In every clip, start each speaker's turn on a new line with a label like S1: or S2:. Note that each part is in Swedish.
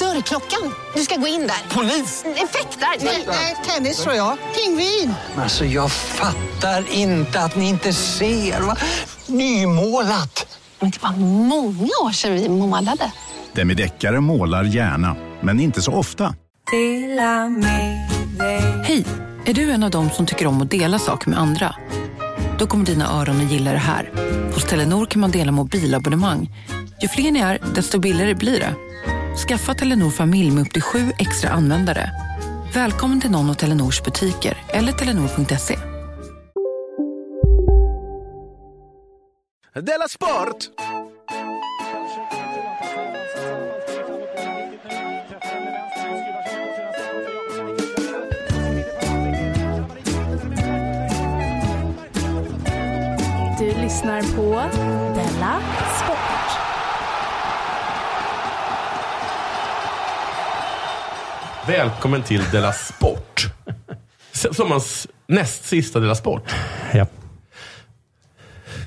S1: Dörrklockan. Du ska gå in där. Polis? Effektar? Nej, nej, tennis tror jag. Pingvin.
S2: Alltså jag fattar inte att ni inte ser. Va? Nymålat!
S1: Men det var många år sedan vi målade.
S3: Demideckare målar gärna, men inte så ofta.
S4: Hej! Är du en av dem som tycker om att dela saker med andra? Då kommer dina öron att gilla det här. Hos Telenor kan man dela mobilabonnemang. Ju fler ni är, desto billigare blir det. Skaffa Telenor familj med upp till sju extra användare. Välkommen till någon av Telenors butiker eller telenor.se.
S5: Della Sport!
S6: Du lyssnar på Della Sport.
S7: Välkommen till Della Sport. Sommarens näst sista Della Sport.
S8: Ja.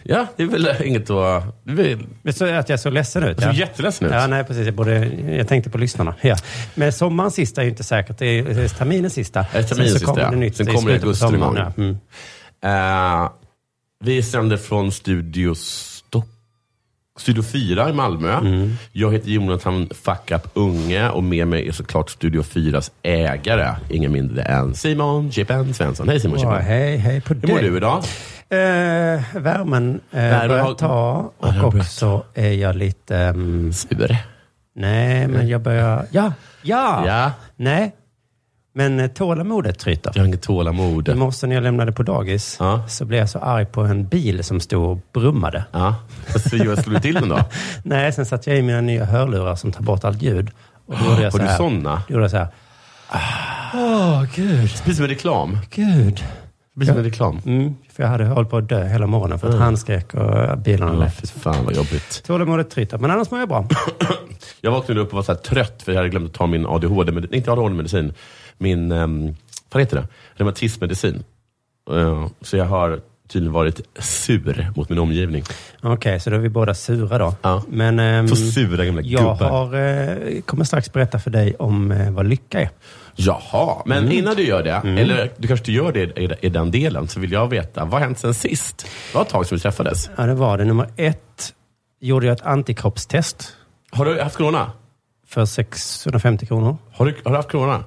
S7: Ja, det är väl inget att... Det är väl,
S8: Visst såg jag att jag såg ledsen ut?
S7: Du såg jätteledsen ut.
S8: Ja, nej, precis. Jag, borde, jag tänkte på lyssnarna. Ja. Men sommarens sista är ju inte säkert. Det är det är terminens sista.
S7: Ja, terminens
S8: Sen så
S7: sista,
S8: kommer
S7: ja.
S8: det nytt
S7: Sen
S8: i
S7: kommer det
S8: slutet på
S7: augusti
S8: sommaren,
S7: någon gång.
S8: ja. Mm.
S7: eh, vi sänder från Studio Stock... Studio 4 i Malmö. Jag heter Jonathan Fuck Up Unge och med mig är såklart Studio 4s ägare. Ingen mindre än Simon Chippen Svensson. Hej Simon
S8: Ja,
S7: Chippen.
S8: hej, hej på dig.
S7: Hur mår du idag?
S8: Eh, värmen eh,
S7: Värmen
S8: börjar
S7: har-
S8: ta
S7: Ja, den har
S8: och
S7: börjat
S8: också är jag lite... ehm,
S7: Sur.
S8: nej, men jag börjar... Ja, ja!
S7: Ja.
S8: Nej, men eh, tålamodet tryter.
S7: Jag har inget tålamod.
S8: I morse när jag lämnade på dagis
S7: Ja.
S8: så blev jag så arg på en bil som stod och brummade.
S7: Ja. Så jag slog till den då?
S8: Nej, sen satte jag i mina nya hörlurar som tar bort allt ljud. Och då gjorde jag
S7: Har
S8: så
S7: du
S8: här.
S7: såna?
S8: Då gjorde jag så här. Åh, gud,
S7: Precis som en reklam.
S8: gud.
S7: Precis som en reklam.
S8: Mm, för jag hade hållit på att dö hela morgonen för att
S7: Mm.
S8: han skrek och bilarna
S7: Ja,
S8: lät.
S7: fy fan vad jobbigt.
S8: Tålamodet tryter, men annars mår jag bra.
S7: Jag vaknade upp och var så här trött för jag hade glömt att ta min ADHD, men inte ADHD-medicin, min, um, vad heter det? Reumatismmedicin. Eh, så jag har tydligen varit sur mot min omgivning.
S8: Okej, så då är vi båda sura då.
S7: Ja.
S8: Men, ehm,
S7: Så sura gamla
S8: jag
S7: gubbar.
S8: har, eh, kommer strax berätta för dig om eh, vad lycka är.
S7: Jaha, men
S8: Mm.
S7: innan du gör det, eller du kanske inte gör det i, i den delen, så vill jag veta, vad har hänt sen sist? Det var ett tag som vi träffades.
S8: Ja, det var det. Nummer ett gjorde jag ett antikroppstest
S7: Har du haft corona?
S8: för 650 kronor.
S7: Har du, har du haft corona?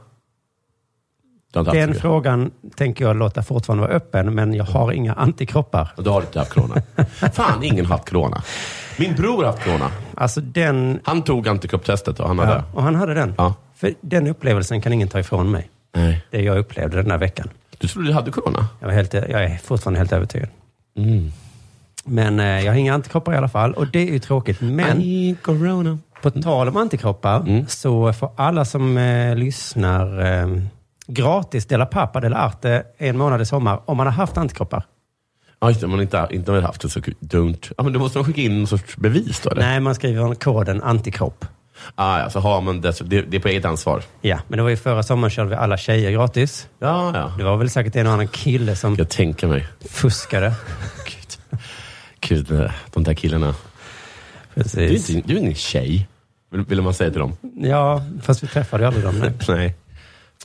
S7: Du har inte haft
S8: Den
S7: det.
S8: frågan tänker jag låta fortfarande vara öppen, men jag har inga antikroppar.
S7: Du har inte haft corona. Fan, ingen har haft corona. Min bror har haft corona.
S8: Alltså den...
S7: Han tog antikroppstestet och han hade...
S8: Ja, och han hade den.
S7: Ja.
S8: För den upplevelsen kan ingen ta ifrån mig.
S7: Nej.
S8: Det jag upplevde den här veckan.
S7: Du trodde du hade corona?
S8: Jag, var helt, jag är fortfarande helt övertygad.
S7: Mm.
S8: Men eh, jag har inga antikroppar i alla fall och det är ju tråkigt. Men
S7: corona.
S8: på tal om antikroppar
S7: Mm.
S8: så får alla som eh, lyssnar eh, gratis Dela Pappa Dela Arte en månad i sommar om man har haft antikroppar.
S7: Ja, just det. Om man inte, inte har haft det så dumt. Ja, men då måste man skicka in någon sorts bevis då, eller?
S8: Nej, man skriver koden antikropp.
S7: Ah, ja, så har man det, så det, det är på eget ansvar.
S8: Ja, men det var ju förra sommaren körde vi alla tjejer gratis.
S7: Ja, ja.
S8: Det var väl säkert en och annan kille som
S7: Jag tänker mig.
S8: fuskade.
S7: Gud. Gud, eh, de där killarna. Du är,
S8: Precis.
S7: inte, du är ingen tjej, vill, vill man säga till dem.
S8: Ja, fast vi träffade ju aldrig dem. Nej.
S7: Nej.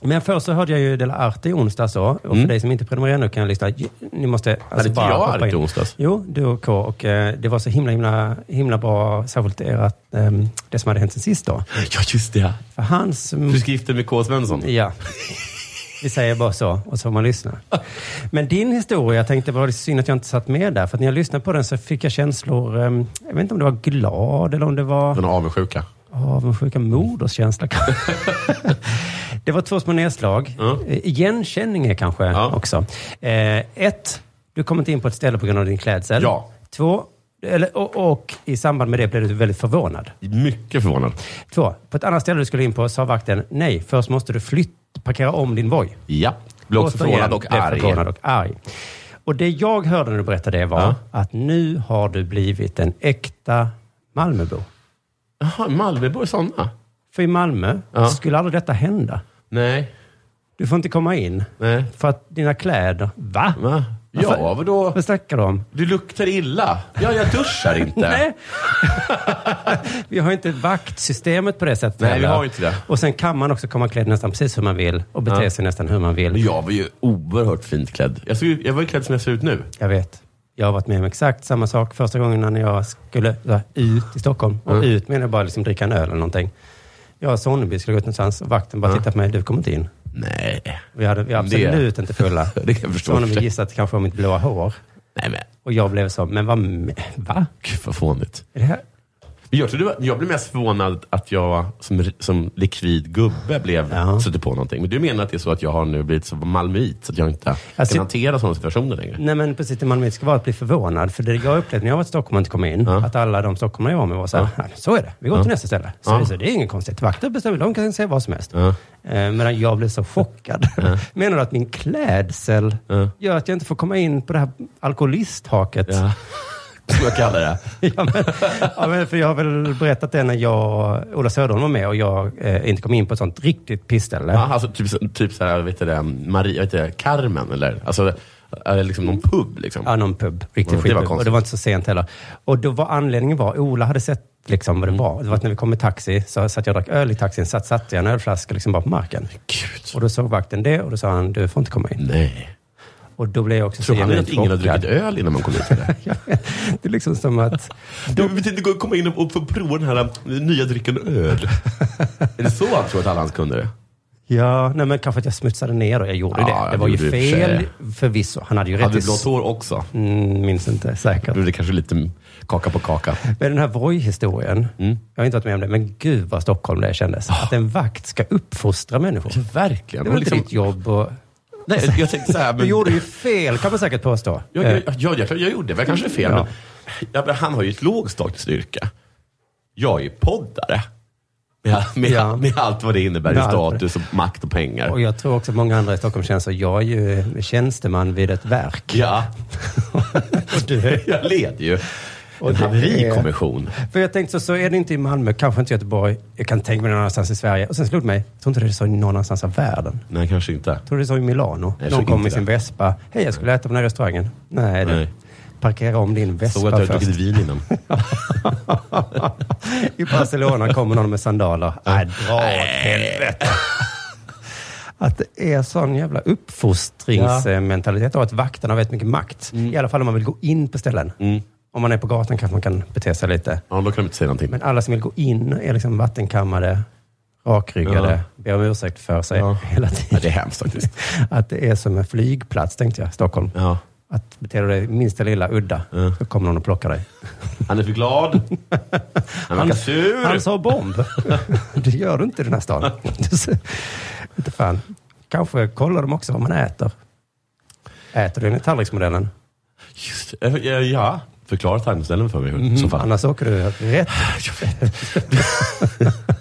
S8: Men först så hörde jag ju Dela Arte i onsdags då. Och för dig som inte prenumererar nu kan jag lyssna. Ni måste
S7: Mm.
S8: alltså,
S7: Hade inte jag
S8: hoppa
S7: Arte i
S8: in.
S7: onsdags?
S8: Jo, du och K. Och eh, det var så himla, himla, himla bra, särskilt erat, ehm, det som hade hänt sen sist då.
S7: Ja, just det.
S8: För hans...
S7: Du ska gifta dig med K. Svensson.
S8: Ja. Vi säger bara så, och så får man lyssna. Men din historia, jag tänkte var det synd att jag inte satt med där. För att när jag lyssnade på den så fick jag känslor, ehm, jag vet inte om det var glad eller om det var...
S7: Den är avundsjuka.
S8: Avundsjuka, moderskänsla kanske. det var två små nedslag.
S7: Ja.
S8: Eh, Igenkänning är kanske
S7: Ja.
S8: också. Eh, ett, du kom inte in på ett ställe på grund av din klädsel.
S7: Ja.
S8: Två, eller, och, och i samband med det blev du väldigt förvånad.
S7: Mycket förvånad.
S8: Två, på ett annat ställe du skulle in på sa vakten nej, först måste du flytt, parkera om din Voi.
S7: Ja. Blev också
S8: Återigen
S7: förvånad och
S8: blev
S7: arg.
S8: förvånad och arg. Och det jag hörde när du berättade det var
S7: Ja.
S8: att nu har du blivit en äkta Malmöbo.
S7: Jaha, Malmöbor är sådana?
S8: För i Malmö
S7: Ja.
S8: skulle aldrig detta hända.
S7: Nej.
S8: Du får inte komma in
S7: Nej.
S8: för att dina kläder... Va?
S7: Va? Ja, vadå?
S8: Vad snackar du om?
S7: Du luktar illa. Ja, jag duschar inte.
S8: Nej. vi har ju inte vaktsystemet på det sättet
S7: Nej, vi
S8: heller.
S7: har ju inte det.
S8: Och sen kan man också komma klädd nästan precis hur man vill och bete
S7: Ja.
S8: sig nästan hur man vill.
S7: Men jag var ju oerhört fint klädd. Jag, såg, ju- jag var ju klädd som jag ser ut nu.
S8: Jag vet. Jag har varit med om exakt samma sak första gången när jag skulle så här, ut i Stockholm. Och
S7: Mm.
S8: ut menar jag bara liksom dricka en öl eller någonting. Jag och Sonneby skulle gå ut någonstans och vakten bara tittade på mig. Du kommer inte in.
S7: Nej.
S8: Vi, hade, vi var
S7: Mm. Det-
S8: absolut inte fulla.
S7: Det kan jag förstå.
S8: Sonneby gissade att det kanske var mitt blåa hår.
S7: Nej men,
S8: Och jag blev så, men vad... me- Va?
S7: gud vad fånigt.
S8: Är det här?
S7: Men Jag, trodde, det var- jag blev mest förvånad att jag som, som likvid gubbe blev
S8: Ja.
S7: stötte på någonting. Men du menar att det är så att jag har nu blivit så malmöit så att jag inte
S8: Alltså-
S7: kan hantera sådana situationer längre?
S8: Nej men precis, det man ska vara att bli förvånad. För det jag upplevde när jag var i Stockholm och inte kom in,
S7: Ja.
S8: att alla de stockholmare jag var med var så här, "Nej, så är det, vi går till nästa ställe. Så,
S7: Ja.
S8: så det är inget konstigt, vakter bestämmer, de kan säga vad som helst.
S7: Ja.
S8: Eh, medan jag blev så chockad. Menar du att min klädsel
S7: Ja.
S8: gör att jag inte får komma in på det här alkoholisthaket?
S7: Ja. Som jag kallar det.
S8: Ja, men, ja, men för jag har väl berättat det när jag, Ola Söderholm var med och jag eh, inte kom in på ett sånt riktigt pissställe.
S7: Ja, alltså, typ så- typ så här, vet du det, Marie, vet du det, Carmen eller? Alltså, eller liksom någon pub liksom.
S8: Ja, någon pub. Riktigt
S7: Ja, det var
S8: skitpub.
S7: konstigt.
S8: Och det var inte så sent heller. Och då var anledningen var, Ola hade sett liksom vad det var. Det var att när vi kom i taxi, så satt jag och drack öl i taxin, satt, satte jag en ölflaska liksom bara på marken.
S7: Gud.
S8: Och då såg vakten det och då sa han, du får inte komma in.
S7: Nej.
S8: Och då blev jag också
S7: Tror han att
S8: genuint
S7: ingen har druckit
S8: chockad.
S7: öl innan man kom hit? eller?
S8: Det är liksom som att,
S7: Du vill inte gå- komma in och- och få prova den här eh, nya drycken öl. är det så han tror att alla hans kunder är?
S8: ja, nej men kanske att jag smutsade ner och jag gjorde
S7: Ja,
S8: det. Det
S7: jag
S8: var ju
S7: gjorde det i och för
S8: fel förvisso. Han hade ju rätt.
S7: Hade
S8: i
S7: du blått
S8: s-
S7: hår också?
S8: Mm, minns inte säkert.
S7: Då är det kanske lite kaka på kaka.
S8: Men den här Voi-historien,
S7: Mm.
S8: jag har inte varit med om det, men gud vad Stockholm det kändes.
S7: Ah.
S8: Att en vakt ska uppfostra människor.
S7: Verkligen.
S8: Det var
S7: Och liksom-
S8: liksom... inte ditt jobb och...
S7: Nej, jag tänkte så här,
S8: Du
S7: men,
S8: gjorde ju fel, kan man säkert påstå.
S7: jag,
S8: Eh,
S7: jag, jag, jag, jag gjorde väl kanske fel,
S8: Ja.
S7: men, ja, men han har ju ett lågstatusyrke. Jag är ju poddare. Med, med,
S8: Ja.
S7: med allt vad det innebär
S8: Med
S7: i
S8: allt vad det-
S7: status och makt och pengar.
S8: Eh, Och jag tror också många andra i Stockholm känner så. Jag är ju tjänsteman vid ett verk.
S7: Ja,
S8: Och du-
S7: jag leder ju
S8: Och
S7: en
S8: det är-
S7: haverikommission.
S8: För jag tänkte så, så är det inte i Malmö, kanske inte i Göteborg. Jag kan tänka mig någon annanstans i Sverige. Och sen slog det mig, jag tror inte det är så i någon annanstans i världen.
S7: Nej, kanske inte.
S8: Jag tror det är så i Milano.
S7: Nej, jag
S8: någon
S7: tror
S8: kom
S7: inte
S8: med sin
S7: det.
S8: Vespa. Hej, jag skulle äta på den här restaurangen. Nej, du.
S7: Nej.
S8: Parkera om din
S7: Såg
S8: Vespa
S7: att jag hade
S8: först.
S7: druckit vin innan.
S8: I Barcelona kommer någon med sandaler. Nej, dra åt helvete. Att det är sån jävla uppfostringsmentalitet och att vakterna har väldigt mycket makt.
S7: Mm.
S8: I alla fall om man vill gå in på ställen. Om man är på gatan kanske man kan bete sig lite.
S7: Ja, då kan de inte säga någonting.
S8: Men alla som vill gå in är liksom vattenkammade, rakryggade, ber om ursäkt för sig
S7: Ja.
S8: hela
S7: Ja,
S8: tiden.
S7: det är hemskt faktiskt.
S8: Att det är som en flygplats, tänkte jag, Stockholm.
S7: Ja.
S8: Att beter du dig minsta lilla udda,
S7: Ja.
S8: så kommer någon och plockar dig.
S7: Han är för glad. Han verkar sur.
S8: Han sa bomb. det gör du inte i den här staden. inte fan. Kanske kollar de också vad man äter. Äter du enligt tallriksmodellen?
S7: Mm. Just, det. Eh, ja, förklara tandställningen för mig i så fall.
S8: Annars åker du rätt.
S7: Jag vet.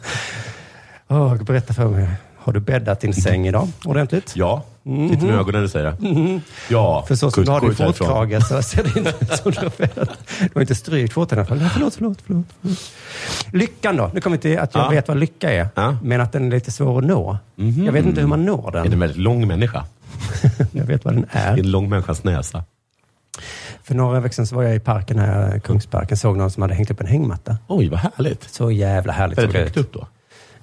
S8: Åh, berätta för mig. Har du bäddat din säng idag ordentligt?
S7: Ja, titta med ögonen när du säger det. Ja,
S8: För så som
S7: gå-
S8: du har
S7: gå
S8: din
S7: ut härifrån.
S8: fotkrage så ser det inte ut som du har bäddat. Du har inte strykt foten i alla fall. Nej, Förlåt, förlåt, förlåt. förlåt. Lyckan då? Nu kommer inte att jag
S7: Ja.
S8: vet vad lycka är,
S7: Ja. Mhm.
S8: men att den är lite svår att nå. Jag vet inte hur man når
S7: Är det en
S8: den.
S7: väldigt lång människa?
S8: Jag vet vad den
S7: Det
S8: är.
S7: är en lång människas näsa.
S8: För några veckor sedan så var jag i parken här, Kungsparken, såg någon som hade hängt upp en hängmatta.
S7: Oj, vad härligt.
S8: Så jävla härligt
S7: Väldigt
S8: såg
S7: högt upp Mm. då.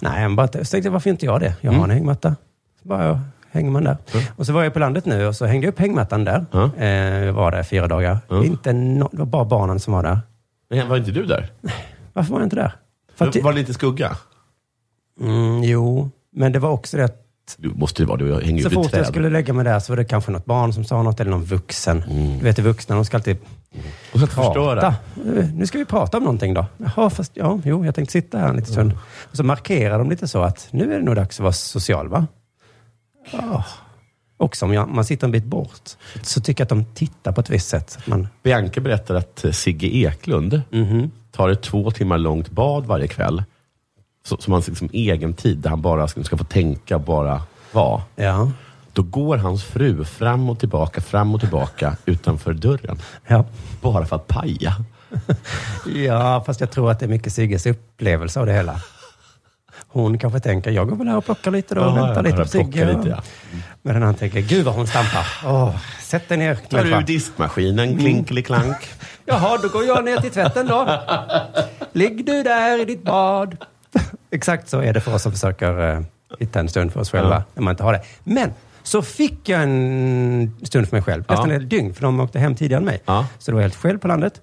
S8: Nej, men bara, så tänkte jag, varför inte jag det? Jag har en hängmatta. Så bara hänger man där. Och så var jag på landet nu och så hängde jag upp hängmattan där.
S7: Ja.
S8: Eh, jag var där fyra dagar.
S7: Ja.
S8: Inte no- det var bara barnen som var där.
S7: Men var inte du där?
S8: Varför var jag inte där? För att,
S7: Var det lite skugga?
S8: mm, jo, men det var också det att
S7: Du måste ju vara det. Jag hänger ju
S8: så
S7: vid
S8: fort
S7: ett träd.
S8: jag skulle lägga mig där så var det kanske något barn som sa något eller någon vuxen.
S7: Mm.
S8: Du vet, vuxna, de ska alltid
S7: Och så att förstöra.
S8: prata. Nu ska vi prata om någonting då. Jaha, fast ja, jo, jag tänkte sitta här en liten stund. Och så markerar de lite så att nu är det nog dags att vara social, va? Ja. Också om jag, man sitter en bit bort så tycker jag att de tittar på ett visst sätt. Att Man,
S7: Bianca berättar att eh, Sigge Eklund tar ett två timmar långt bad varje kväll. Så- Som hans liksom egen tid, där han bara ska ska få tänka, bara vara.
S8: ja.
S7: Då går hans fru fram och tillbaka, fram och tillbaka utanför dörren.
S8: Ja.
S7: Bara för att paja.
S8: ja, fast jag tror att det är mycket Sigges upplevelse av det hela. Hon kanske tänker, jag går väl här och plockar lite då och
S7: Ja,
S8: väntar
S7: jag
S8: lite på
S7: bara
S8: Sigge.
S7: plockar lite, ja.
S8: Medan han tänker, gud vad hon stampar. Åh, sätt dig ner
S7: Tar
S8: människa.
S7: ur diskmaskinen, klinkeliklank.
S8: Jaha, då går jag ner till tvätten då. Ligg du där i ditt bad. Exakt så är det för oss som försöker eh, hitta en stund för oss själva, när man inte har det. Men så fick jag en stund för mig själv, nästan
S7: Ja.
S8: ett dygn, för de åkte hem tidigare än mig.
S7: Ja.
S8: Så då var jag helt själv på landet.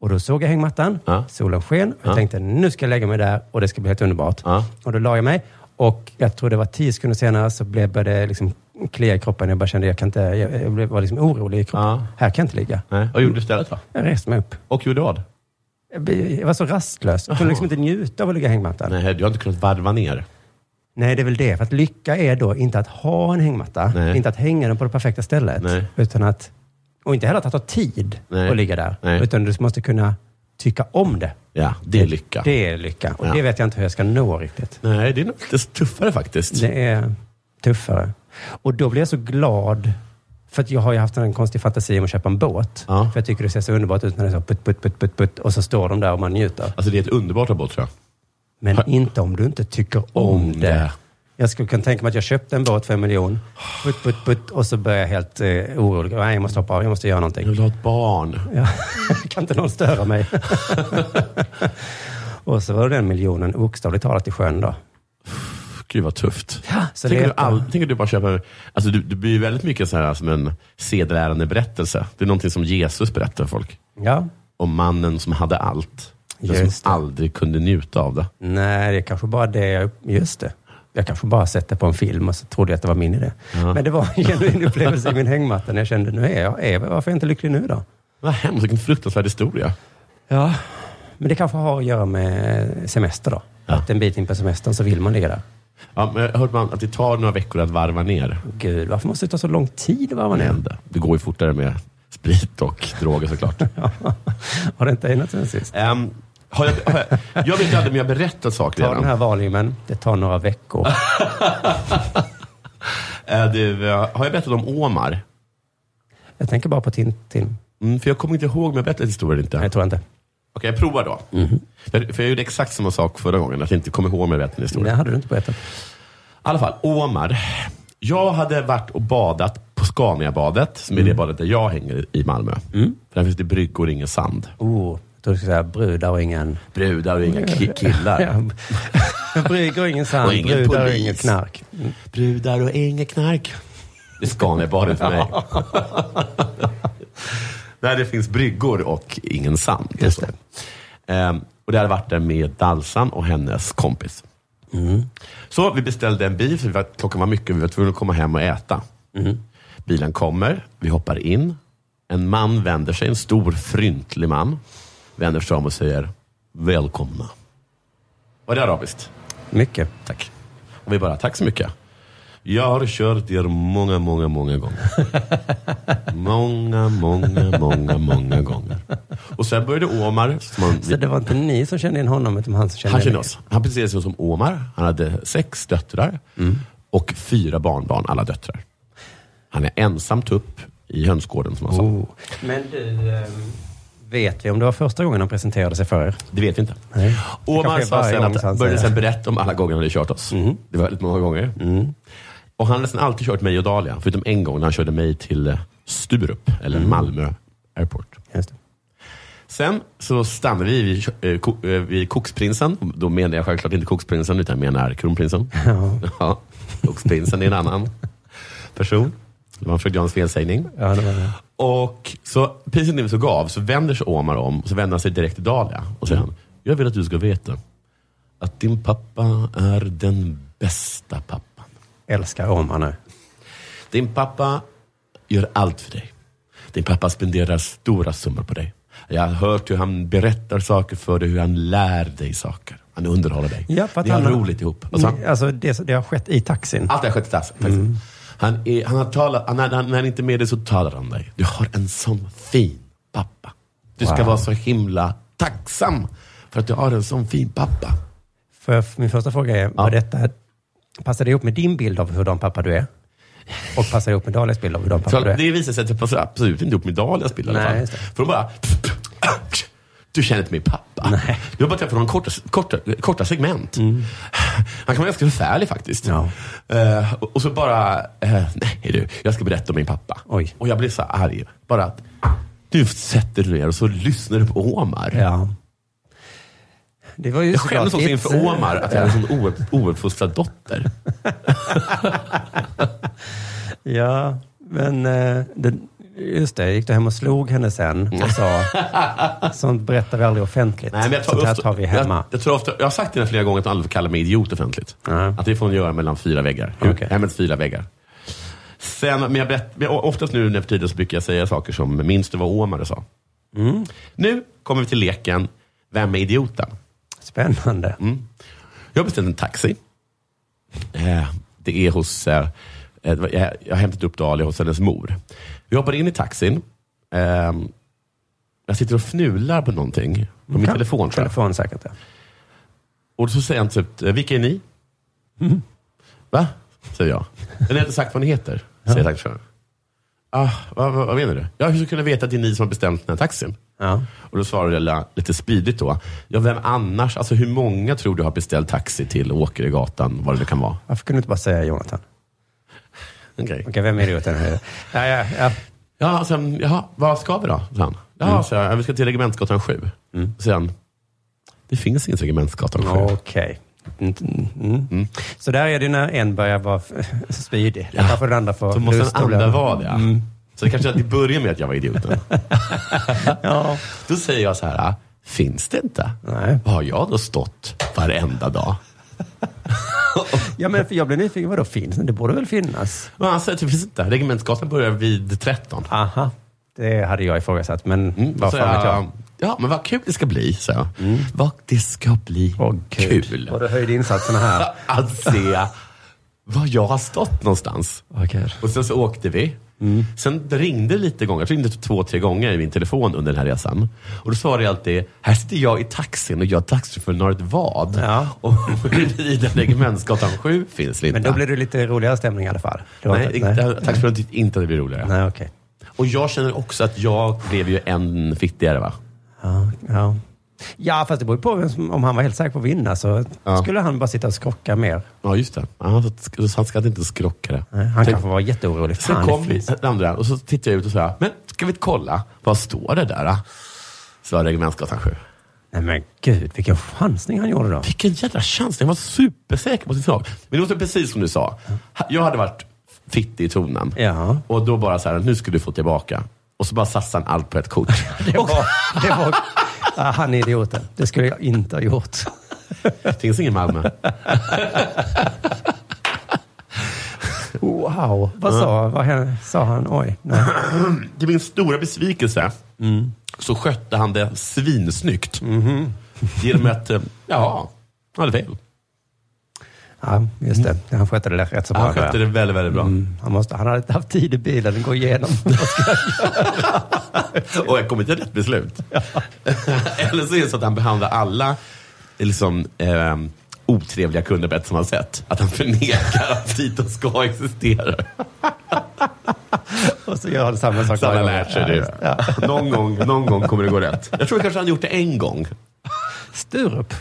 S8: Och då såg jag hängmattan,
S7: Ja.
S8: solen sken. Jag tänkte, nu ska jag lägga mig där och det ska bli helt underbart.
S7: Ja.
S8: Och då la jag mig. Och jag tror det var tio sekunder senare så blev jag det liksom klia i kroppen. Jag bara kände, jag kan inte, jag, jag blev- var liksom orolig i kroppen.
S7: Ja.
S8: Här kan jag inte ligga.
S7: Nej. Vad gjorde du istället då?
S8: Jag reste mig upp.
S7: Och gjorde vad?
S8: Jag blev- Jag var så rastlös. Jag kunde liksom inte njuta av att ligga i hängmattan. Nej.
S7: Nej, du har inte kunnat varva ner.
S8: det är väl det. För att lycka är då inte att ha en hängmatta.
S7: Nej.
S8: Inte att hänga den på det perfekta stället.
S7: Nej.
S8: Utan att, och inte heller att det tar tid
S7: Nej.
S8: att ligga där.
S7: Nej.
S8: Utan du måste kunna tycka om det.
S7: Ja, det är lycka.
S8: Det är lycka. Och
S7: Ja.
S8: det vet jag inte hur jag ska nå riktigt.
S7: Nej, det är nog lite tuffare faktiskt.
S8: Det är tuffare. Och då blir jag så glad. För att jag har ju haft en konstig fantasi om att köpa en båt.
S7: Ja.
S8: För jag tycker det ser så underbart ut när det är så putt, putt, putt, putt, putt. Och så står de där och man njuter.
S7: Alltså det är ett underbart robot tror jag.
S8: Men inte om du inte tycker om
S7: Om det.
S8: det. Jag skulle kunna tänka mig att jag köpte en båt för en miljon. Putt, putt, putt. Och så börjar jag helt eh, orolig. Nej, jag måste hoppa av. Jag måste göra
S7: Jag
S8: någonting.
S7: vill ha ett barn.
S8: Ja. kan inte någon störa mig? och så var den miljonen bokstavligt talat i sjön då.
S7: Gud vad tufft.
S8: så
S7: tänker,
S8: det-
S7: du all, tänker du bara köpa... Alltså du, du blir ju väldigt mycket så här som en sedelärande berättelse. Det är någonting som Jesus berättar för folk.
S8: Ja.
S7: Om mannen som hade allt. Men
S8: Just
S7: som aldrig kunde njuta av det.
S8: Nej, det är kanske bara det jag... Just det. Jag kanske bara sett det på en film och så trodde jag att det var min idé. Men det var en genuin upplevelse i min hängmatta när jag kände, nu är jag, är, jag- varför är jag inte lycklig nu då?
S7: Vad hemskt, vilken fruktansvärd historia.
S8: Ja, men det kanske har att göra med eh, semester då.
S7: Ja.
S8: Att en bit in på semestern så vill man ligga där.
S7: Ja, men jag hörde man att det tar några veckor att varva ner.
S8: Gud, varför måste det ta så lång tid att varva
S7: Men
S8: ner?
S7: ändå, Det går ju fortare med sprit och droger såklart.
S8: Har det inte ägnat sen sist?
S7: Ehm, har jag, har jag, jag vet inte om jag har berättat saker
S8: Ta den
S7: redan.
S8: här Valiumen, det tar några veckor.
S7: Eh, du, eh, har jag berättat om Omar?
S8: Jag tänker bara på Tintin.
S7: Mm, för jag kommer inte ihåg om jag berättade historien eller inte.
S8: Nej, Mhm. jag tror inte.
S7: Okej, jag provar då. För, för jag gjorde exakt samma sak förra gången, att jag inte kommer ihåg om jag berättade historien.
S8: Det hade du inte berättat.
S7: I alla fall, Omar. Jag hade varit och badat på Scaniabadet, som
S8: Mm.
S7: är det badet där jag hänger i Malmö. För där finns det bryggor, ingen sand.
S8: Oh, jag trodde du skulle säga brudar och ingen...
S7: Brudar och inga ki- killar.
S8: Brygger och ingen
S7: Och
S8: sand,
S7: ingen
S8: brudar och
S7: polis.
S8: inget knark.
S7: Brudar och inga knark. Det är Scaniabadet för mig. där det finns bryggor och ingen sand. Just det. och det hade varit där med Dalsan och hennes kompis. Mm. Så vi beställde en bil, för vi var, klockan var mycket vi var tvungna att komma hem och äta. Mm. Bilen kommer, vi hoppar in. En man vänder sig, en stor fryntlig man, vänder sig om och säger välkomna. Var det arabiskt?
S8: Mycket.
S7: Tack. Och vi bara, tack så mycket. Jag har kört er många, många, många gånger. många, många, många, många gånger. Och sen började Omar, som han,
S8: Så det var inte ni som kände in honom, utan han som kände
S7: han
S8: in
S7: kände
S8: er?
S7: oss. Han precis sig som Omar. Han hade sex döttrar och fyra barnbarn, alla döttrar. Han är ensam tupp i hönsgården, som han sa.
S8: Oh. Men du, ehm, vet vi om det var första gången han presenterade sig för er?
S7: Det vet vi inte.
S8: Nej. Det
S7: Omar
S8: kanske är
S7: sa
S8: varje
S7: sen
S8: gång
S7: att,
S8: så han
S7: började
S8: säger.
S7: sen
S8: Mm.
S7: berätta om alla gånger han hade kört oss. Det var väldigt många gånger. Och han har nästan alltid kört mig och Dalia, förutom en gång när han körde mig till eh, Sturup, eller
S8: Mm.
S7: Malmö Airport.
S8: Just det.
S7: Sen så stannar vi vid, eh, ko- eh, vid Koksprinsen. Då menar jag självklart inte Koksprinsen, utan jag menar Kronprinsen. Ja. Koksprinsen är en annan person. Det var en freudiansk felsägning.
S8: Ja, det var det.
S7: Och så, precis innan vi så gav så vänder sig Omar om och så vänder han sig direkt till Dalia och säger han, jag vill att du ska veta att din pappa är den bästa pappan.
S8: Älskar Omar nu.
S7: Din pappa gör allt för dig. Din pappa spenderar stora summor på dig. Jag har hört hur han berättar saker för dig, hur han lär dig saker. Han underhåller dig.
S8: Ja, för att
S7: Ni har
S8: han-
S7: roligt ihop. Vad sa han?
S8: Alltså, det, det har skett i taxin.
S7: Allt det här sköter Tasso. Han, är, han har talat, han, han, när han inte är med dig så talar han dig. Du har en sån fin pappa. Du ska
S8: Wow.
S7: vara så himla tacksam för att du har en sån fin pappa.
S8: För min första fråga är, var detta, passar det ihop med din bild av hur pappa du är? och passar ihop med Dahlias bild av hur de
S7: Så
S8: passar det.
S7: det visar sig att jag passar absolut inte ihop med Dahlias bild i alla
S8: Nej,
S7: fall.
S8: just det.
S7: För de bara... Du känner inte min pappa.
S8: Nej. Mm.
S7: Du har bara träffat honom i korta, korta, korta segment. Han kan vara ganska förfärlig faktiskt.
S8: Ja.
S7: Eh, och och så bara, eh, nej du, jag ska berätta om min pappa.
S8: Oj.
S7: Och jag blev så arg. Bara att du sätter dig ner och så lyssnar du på Omar.
S8: Ja. Det var ju
S7: Jag skäms också inför Omar att jag är en sån oe- ouppfostrad dotter.
S8: Ja, men eh, det, just det. Jag gick du hem och slog henne sen och sa sånt berättar vi aldrig offentligt.
S7: Mm. Nej, men jag, tar
S8: sånt här
S7: ofta,
S8: tar vi hemma.
S7: Jag, jag, tror ofta, jag har sagt till henne flera gånger att hon aldrig får kalla mig idiot offentligt.
S8: Nej.
S7: Att det får hon göra mellan fyra väggar.
S8: Okej.
S7: Hemmets fyra väggar. Sen, men jag berätt, men oftast nu när för tiden så brukar jag säga saker som minns du vad Omar sa?
S8: Mm.
S7: Nu kommer vi till leken Vem är idioten?
S8: Spännande.
S7: Mm, Jag har beställt en taxi. Eh, Det är hos... eh, eh, det var- Jag jag har hämtat upp Dahlia hos hennes mor. Vi hoppar in i taxin. Eh, Jag sitter och fnular på någonting. På min
S8: Ja,
S7: telefon tror jag.
S8: Telefon säkert, ja.
S7: Och så säger han typ, eh, vilka är ni? Mm. Va? Säger jag. Men jag har inte sagt vad ni heter, säger taxichauffören. Ah, vad, vad, vad menar du? Ja, hur ska jag kunna veta att det är ni som har bestämt den här taxin?
S8: ja.
S7: Och då svarade jag la- lite spydigt då. Ja, vem annars? Alltså hur många tror du har beställt taxi till Åkeregatan, vad det nu kan vara?
S8: Varför kunde du inte bara säga Jonathan?
S7: Okej.
S8: Okej, vem är idioten? ja, ja, ja.
S7: Ja, sen, jaha, vad ska vi då? Sa han. Ja, sa jag, vi ska till Regementsgatan 7. Sen, det finns ingen Regementsgatan 7.
S8: Okej. Mm, Mm. Så där är det ju när en börjar vara spydig. Då får den andra få
S7: Så måste den
S8: lust att bli-
S7: andra vara det. Mm. ja. Så det kanske att det börjar med att jag var idioten.
S8: Ja.
S7: Då säger jag så här, "Ah, finns det inte?
S8: Nej.
S7: Vad Har jag då stått varenda dag?
S8: ja, men för jag blir nyfiken. Vadå finns det? Det borde väl finnas?
S7: Men han säger att det finns inte. Regementsgatan börjar vid 13.
S8: Aha. Det hade jag ifrågasatt, men
S7: Mm,
S8: vad
S7: så
S8: fan vet jag? Mm.
S7: jag, Ja, men vad kul det ska bli, så jag. Vad det ska bli
S8: Åh, gud.
S7: kul.
S8: Vad du höjde insatserna här.
S7: Att se var jag har stått någonstans.
S8: Okej.
S7: Och sen så åkte vi.
S8: Mm.
S7: Sen ringde det lite gånger, jag tror det ringde typ två, tre gånger i min telefon under den här resan. Och då svarade jag alltid, här sitter jag i taxin och jag taxichauffören har ett vad.
S8: Ja.
S7: Och huruvida Regementsgatan 7 finns eller inte.
S8: Men då blir det lite roligare stämning i alla fall. Det var
S7: Nej, inte- taxichauffören tyckte inte att det blir roligare.
S8: Nej, okej.
S7: Och jag känner också att jag blev ju än fittigare va?
S8: Ja, ja. ja, fast det beror ju på vem som, om han var helt säker på att vinna så
S7: Ja.
S8: skulle han bara sitta och skrocka mer.
S7: Ja, just det. Ja, så- så han ska inte skrocka det.
S8: Nej, Han
S7: Tänk-
S8: kanske var jätteorolig.
S7: Sen
S8: Fan,
S7: Typ. kom
S8: det
S7: vi,
S8: finns-
S7: den andra, och så tittade jag ut och sa, men ska vi kolla, vad står det där? då?" Sa Regementsgatan 7.
S8: Nej men gud, vilken chansning han gjorde då.
S7: Vilken jävla chans! Jag var supersäker på sin sak. Men det låter precis som du sa. Ha- Jag hade varit fittig i tonen.
S8: Ja.
S7: Och då bara så här, nu ska du få tillbaka. Och så bara satsade han allt på ett kort.
S8: Det var, det var, ja, han är idioten. Det skulle jag inte ha gjort.
S7: Det finns ingen Malmö.
S8: Wow. Vad sa, vad hände? sa han? Oj. Nej.
S7: Till min stora besvikelse så skötte han det svinsnyggt. Genom att, eh, ja, han hade fel.
S8: Ja, just det. Han skötte det där rätt så bra.
S7: Mm. Han skötte det väldigt, väldigt bra.
S8: Mm, han, måste, han hade inte haft tid i bilen att gå igenom.
S7: Och jag kommer till rätt beslut. Eller så är det så att han behandlar alla liksom, eh, otrevliga kunder på ett samma sätt. Att han förnekar att Tito ska existera.
S8: och så gör han samma sak
S7: Så han har
S8: varje
S7: lärt
S8: gång.
S7: sig
S8: Ja,
S7: det.
S8: just Ja.
S7: Någon, gång, någon gång kommer det gå rätt. Jag tror kanske han gjort det en gång.
S8: Sturup.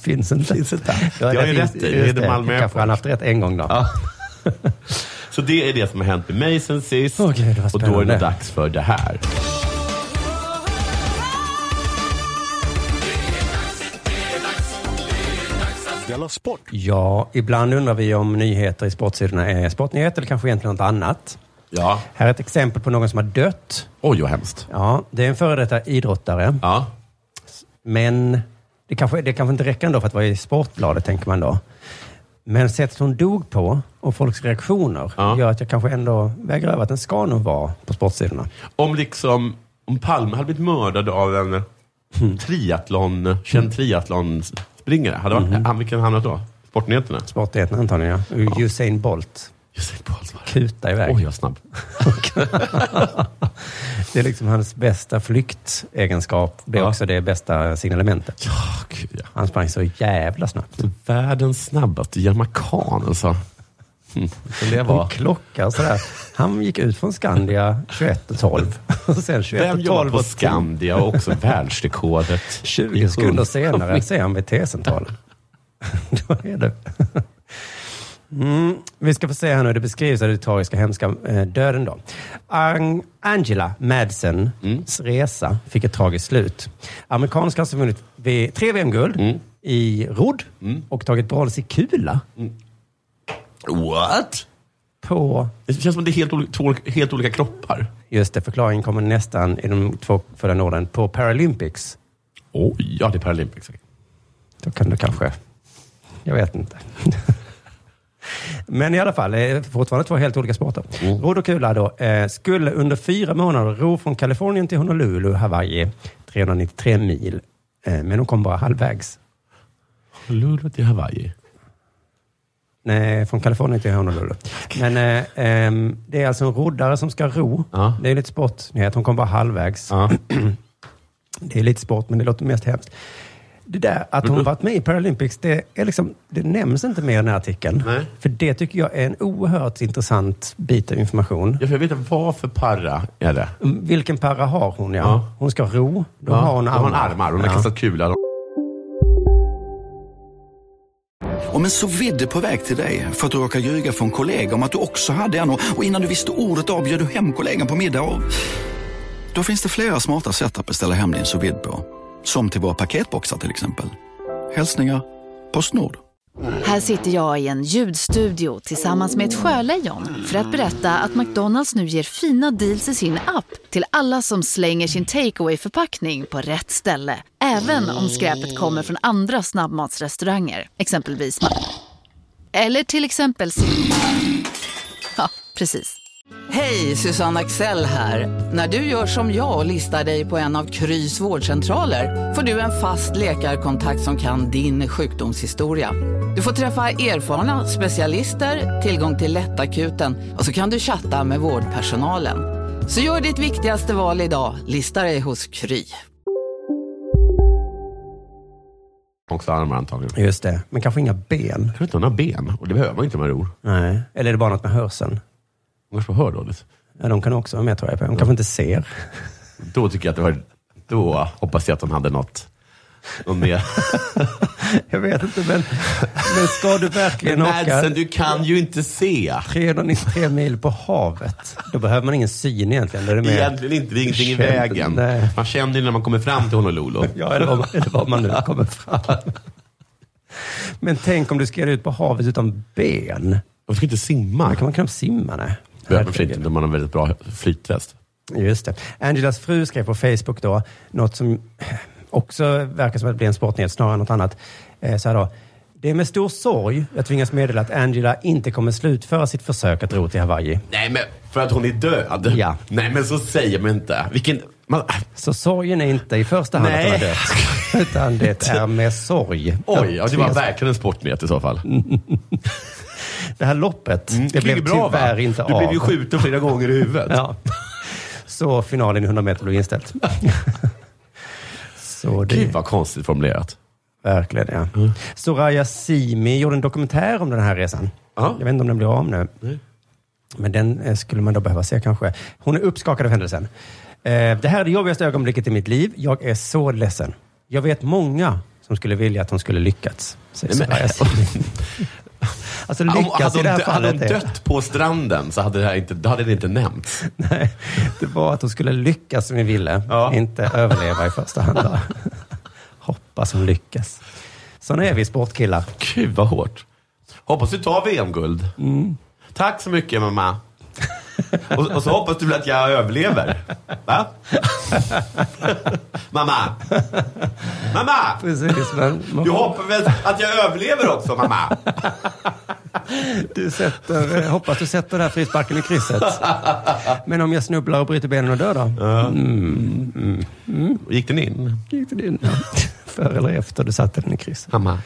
S8: Finns inte. Finns inte.
S7: Det har ju rätt i. Det är det Malmö Airport.
S8: Kanske han haft rätt en gång då.
S7: Ja. Så det är det som har hänt med mig sen sist.
S8: Åh, gud, vad
S7: och då är det
S8: spännande.
S7: dags för det här.
S8: Ja, ibland undrar vi om nyheter i sportsidorna är sportnyheter eller kanske egentligen något annat.
S7: Ja.
S8: Här är ett exempel på någon som har dött.
S7: Oj, vad hemskt.
S8: Ja, det är en före detta idrottare.
S7: Ja.
S8: Men det kanske, det kanske inte räcker ändå för att vara i Sportbladet, tänker man då. Men sättet hon dog på och folks reaktioner
S7: Ja.
S8: gör att jag kanske ändå väger över att den ska nog vara på sportsidorna.
S7: Om, liksom, om Palme hade blivit mördad av en eh, Mm. triathlon, eh, känd triathlonspringare, hade varit, han, vilken hade han hamnat då? Sportnyheterna?
S8: Sportnyheterna antagligen, ja. Usain Bolt
S7: Usain Bolt var det.
S8: kuta iväg.
S7: Oj, vad snabb.
S8: Det är liksom hans bästa flyktegenskap. Det är
S7: Ja.
S8: också det bästa signalementet.
S7: Ja, gud, ja.
S8: Han sprang så jävla snabbt.
S7: Världens snabbaste jamaican alltså.
S8: Som det var. En klocka sådär. Han gick ut från Skandia 21.12. Och sen
S7: Vem jobbar
S8: 21.12
S7: på
S8: och 10.
S7: Skandia och också världsrekordet?
S8: 20 sekunder senare ser han vid T-centralen. Då är det. Mm, vi ska få se här nu hur det beskrivs av den tragiska hemska eh, döden. Då. Ang- Angela Madsens resa fick ett tragiskt slut. Amerikanska som vunnit v- tre VM-guld i rodd och tagit brons i kula
S7: What?
S8: på...
S7: Det känns som att det är helt, ol- två, helt olika kroppar.
S8: Just det, förklaringen kommer nästan i de två förra åren på Paralympics.
S7: Oj, ja det är Paralympics.
S8: Då kan du kanske... Jag vet inte. Men i alla fall, eh, fortfarande två helt olika sporter. Rodd och kula då. Eh, skulle under fyra månader ro från Kalifornien till Honolulu, Hawaii, 393 mil. Eh, men de kom bara halvvägs.
S7: Honolulu till Hawaii.
S8: Nej, från Kalifornien till Honolulu. Men eh, ehm, det är alltså en roddare som ska ro.
S7: Ja.
S8: Det är lite sportnyhet. Hon kom bara halvvägs.
S7: Ja.
S8: Det är lite sport, men det låter mest hemskt. Det där att hon varit med i Paralympics, det, är liksom, det nämns inte mer i den här artikeln.
S7: Nej.
S8: För det tycker jag är en oerhört intressant bit av information.
S7: Ja, för jag vet inte vad för para är det.
S8: Mm, Vilken para har hon? Ja.
S7: Ja.
S8: Hon ska ro. Då har hon
S7: de
S8: armar.
S7: har armar. De har
S8: Ja.
S7: kastat kula.
S5: Om en så vidde på väg till dig för att du råkar ljuga från kollega om att du också hade en och och innan du visste ordet av bjöd du hem kollegan på middag och... Då finns det flera smarta sätt att beställa hem din sous vide på. Som till våra paketboxar till exempel. Hälsningar Postnord.
S9: Här sitter jag i en ljudstudio tillsammans med ett sjölejon för att berätta att McDonalds nu ger fina deals i sin app till alla som slänger sin takeaway förpackning på rätt ställe. Även om skräpet kommer från andra snabbmatsrestauranger, exempelvis Ma- Eller till exempel Sim- Ja, precis.
S1: Hej, Susanne Axel här. När du gör som jag och listar dig på en av Krys vårdcentraler får du en fast läkarkontakt som kan din sjukdomshistoria. Du får träffa erfarna specialister, tillgång till lättakuten och så kan du chatta med vårdpersonalen. Så gör ditt viktigaste val idag, listar dig hos Kry.
S7: Också armar antagligen. Jag
S8: Just det, men kanske inga ben.
S7: tror inte hon har ben. Och det behöver man inte med ror.
S8: Nej. Eller är det bara något med hörseln?
S7: Hon kanske hör dåligt.
S8: Ja, de kan också vara med tror jag. De kanske inte ser.
S7: Då tycker jag att det var... Då hoppas jag att hon hade något. någon mer.
S8: Jag vet inte, men, men ska du verkligen
S7: Men Madsen,
S8: åka
S7: du kan ju inte se.
S8: 393 mil på havet? Då behöver man ingen syn egentligen. Då är det mer-
S7: Egentligen inte, det är ingenting i
S8: Känner-
S7: vägen.
S8: Nej.
S7: Man känner ju när man kommer fram till Honolulu.
S8: Ja, eller vad, eller vad man nu kommer fram Men tänk om du ska ge dig ut på havet utan ben.
S7: Man ska inte simma.
S8: Då kan man knappt simma. Nej.
S7: Behöver man för sig inte om man har en väldigt bra flytväst.
S8: Just det. Angelas fru skrev på Facebook då, något som också verkar som att bli en sportnyhet snarare än något annat. Eh, Så här då. Det är med stor sorg jag tvingas meddela att Angela inte kommer slutföra sitt försök att ro till Hawaii.
S7: Nej, men för att hon är död.
S8: Ja.
S7: Nej, men så säger man inte. Vilken... Man,
S8: Så sorgen är inte i första hand att
S7: Nej.
S8: hon har dött, utan det är med sorg.
S7: oj, ja, det var
S8: Jag tvingas-
S7: verkligen en sportnyhet i så fall.
S8: Det här loppet,
S7: Mm,
S8: det blev tyvärr inte
S7: Du
S8: av.
S7: blev ju skjuten flera gånger i huvudet.
S8: Ja. Så finalen i 100 meter blev inställd. Så det
S7: Gud vad Mm. konstigt formulerat.
S8: Verkligen, ja. Soraya Simi gjorde en dokumentär om den här resan.
S7: Ja.
S8: Jag vet inte om den blir av nu. Men den eh, skulle man då behöva se kanske. Hon är uppskakad av händelsen. Eh, Det här är det jobbigaste ögonblicket i mitt liv. Jag är så ledsen. Jag vet många som skulle vilja att hon skulle lyckats. Säger
S7: Nej, men-
S8: Soraya Simi. alltså
S7: Om-
S8: lyckas
S7: hade,
S8: i det
S7: hon,
S8: här
S7: dö- hade
S8: fallet.
S7: hon
S8: är-
S7: dött på stranden så hade det, här inte, då hade det inte nämnts.
S8: Nej, det var att hon skulle lyckas som vi ville.
S7: Ja.
S8: Inte överleva i första hand. då. Hoppas hon lyckas. Såna är vi sportkillar.
S7: Gud vad hårt. Hoppas du tar VM-guld.
S8: Mm.
S7: Tack så mycket mamma. Och, och så hoppas du väl att jag överlever. Va? mamma! Mamma!
S8: Precis, men man
S7: Du hoppas väl att jag överlever också mamma?
S8: Du sätter, eh, hoppas du sätter den här frisparken i krysset. Men om jag snubblar och bryter benen och dör då?
S7: Gick den in?
S8: Gick det in? Före eller efter du satte den i krysset?
S7: Mamma.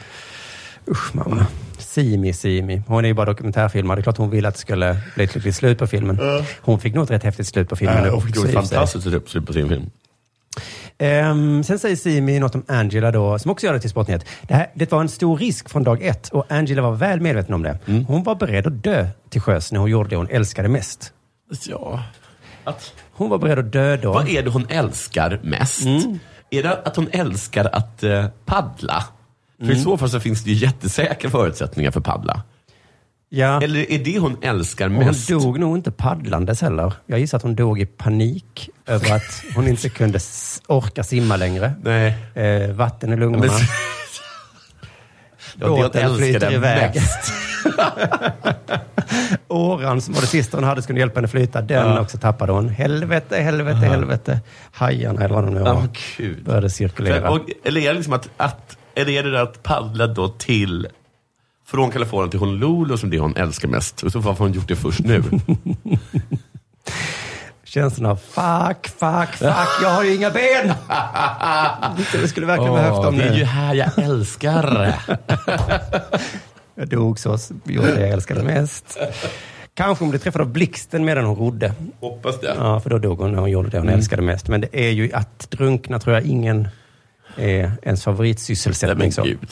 S8: Usch mamma. Simi, Simi. Hon är ju bara dokumentärfilmare. Det är klart hon ville att det skulle bli ett lyckligt slut på filmen. Hon fick nog ett rätt häftigt slut på filmen.
S7: Hon
S8: också,
S7: gjorde ett
S8: i och för sig.
S7: fantastiskt slut på sin film.
S8: Ehm, sen säger Simi något om Angela då, som också gör det till Sportnyhet. Det, här, det var en stor risk från dag ett och Angela var väl medveten om det.
S7: Mm.
S8: Hon var beredd att dö till sjöss när hon gjorde det hon älskade mest.
S7: Ja. Att,
S8: hon var beredd att dö då.
S7: Vad är det hon älskar mest?
S8: Mm.
S7: Är det att hon älskar att eh, paddla? För
S8: Mm.
S7: i så fall så finns det ju jättesäkra förutsättningar för paddla.
S8: Ja.
S7: Eller är det hon älskar
S8: Och Hon
S7: mest?
S8: dog nog inte paddlandes heller. Jag gissar att hon dog i panik över att hon inte kunde s- orka simma längre.
S7: Nej.
S8: Eh, vatten i lungorna.
S7: Men- Ja, det jag
S8: Båten flyter
S7: älskar
S8: iväg.
S7: mest.
S8: Åran som var det sista hon hade skulle hjälpa henne flyta, den
S7: Ja.
S8: också tappade hon. Helvete, helvete, helvete. Hajarna eller vad de nu
S7: Ja,
S8: var.
S7: men gud.
S8: Började cirkulera.
S7: För, och, eller är det liksom att, att, eller är det där att paddla då till från Kalifornien till Honolulu som det hon älskar mest? Och så varför har hon gjort det först nu?
S8: Känslan av fuck, fuck, fuck, jag har ju inga ben! Jag skulle verkligen
S7: Åh,
S8: behövt dem
S7: det är ju
S8: nu.
S7: här jag älskar.
S8: Jag dog så, gjorde det jag älskade mest. Kanske hon blev träffad av blixten medan hon rodde.
S7: Hoppas det.
S8: Ja, för då dog hon när hon gjorde det
S7: Mm.
S8: hon älskade mest. Men det är ju att drunkna tror jag ingen är ens
S7: Nej,
S8: favoritsysselsättning.
S7: men
S8: så.
S7: gud.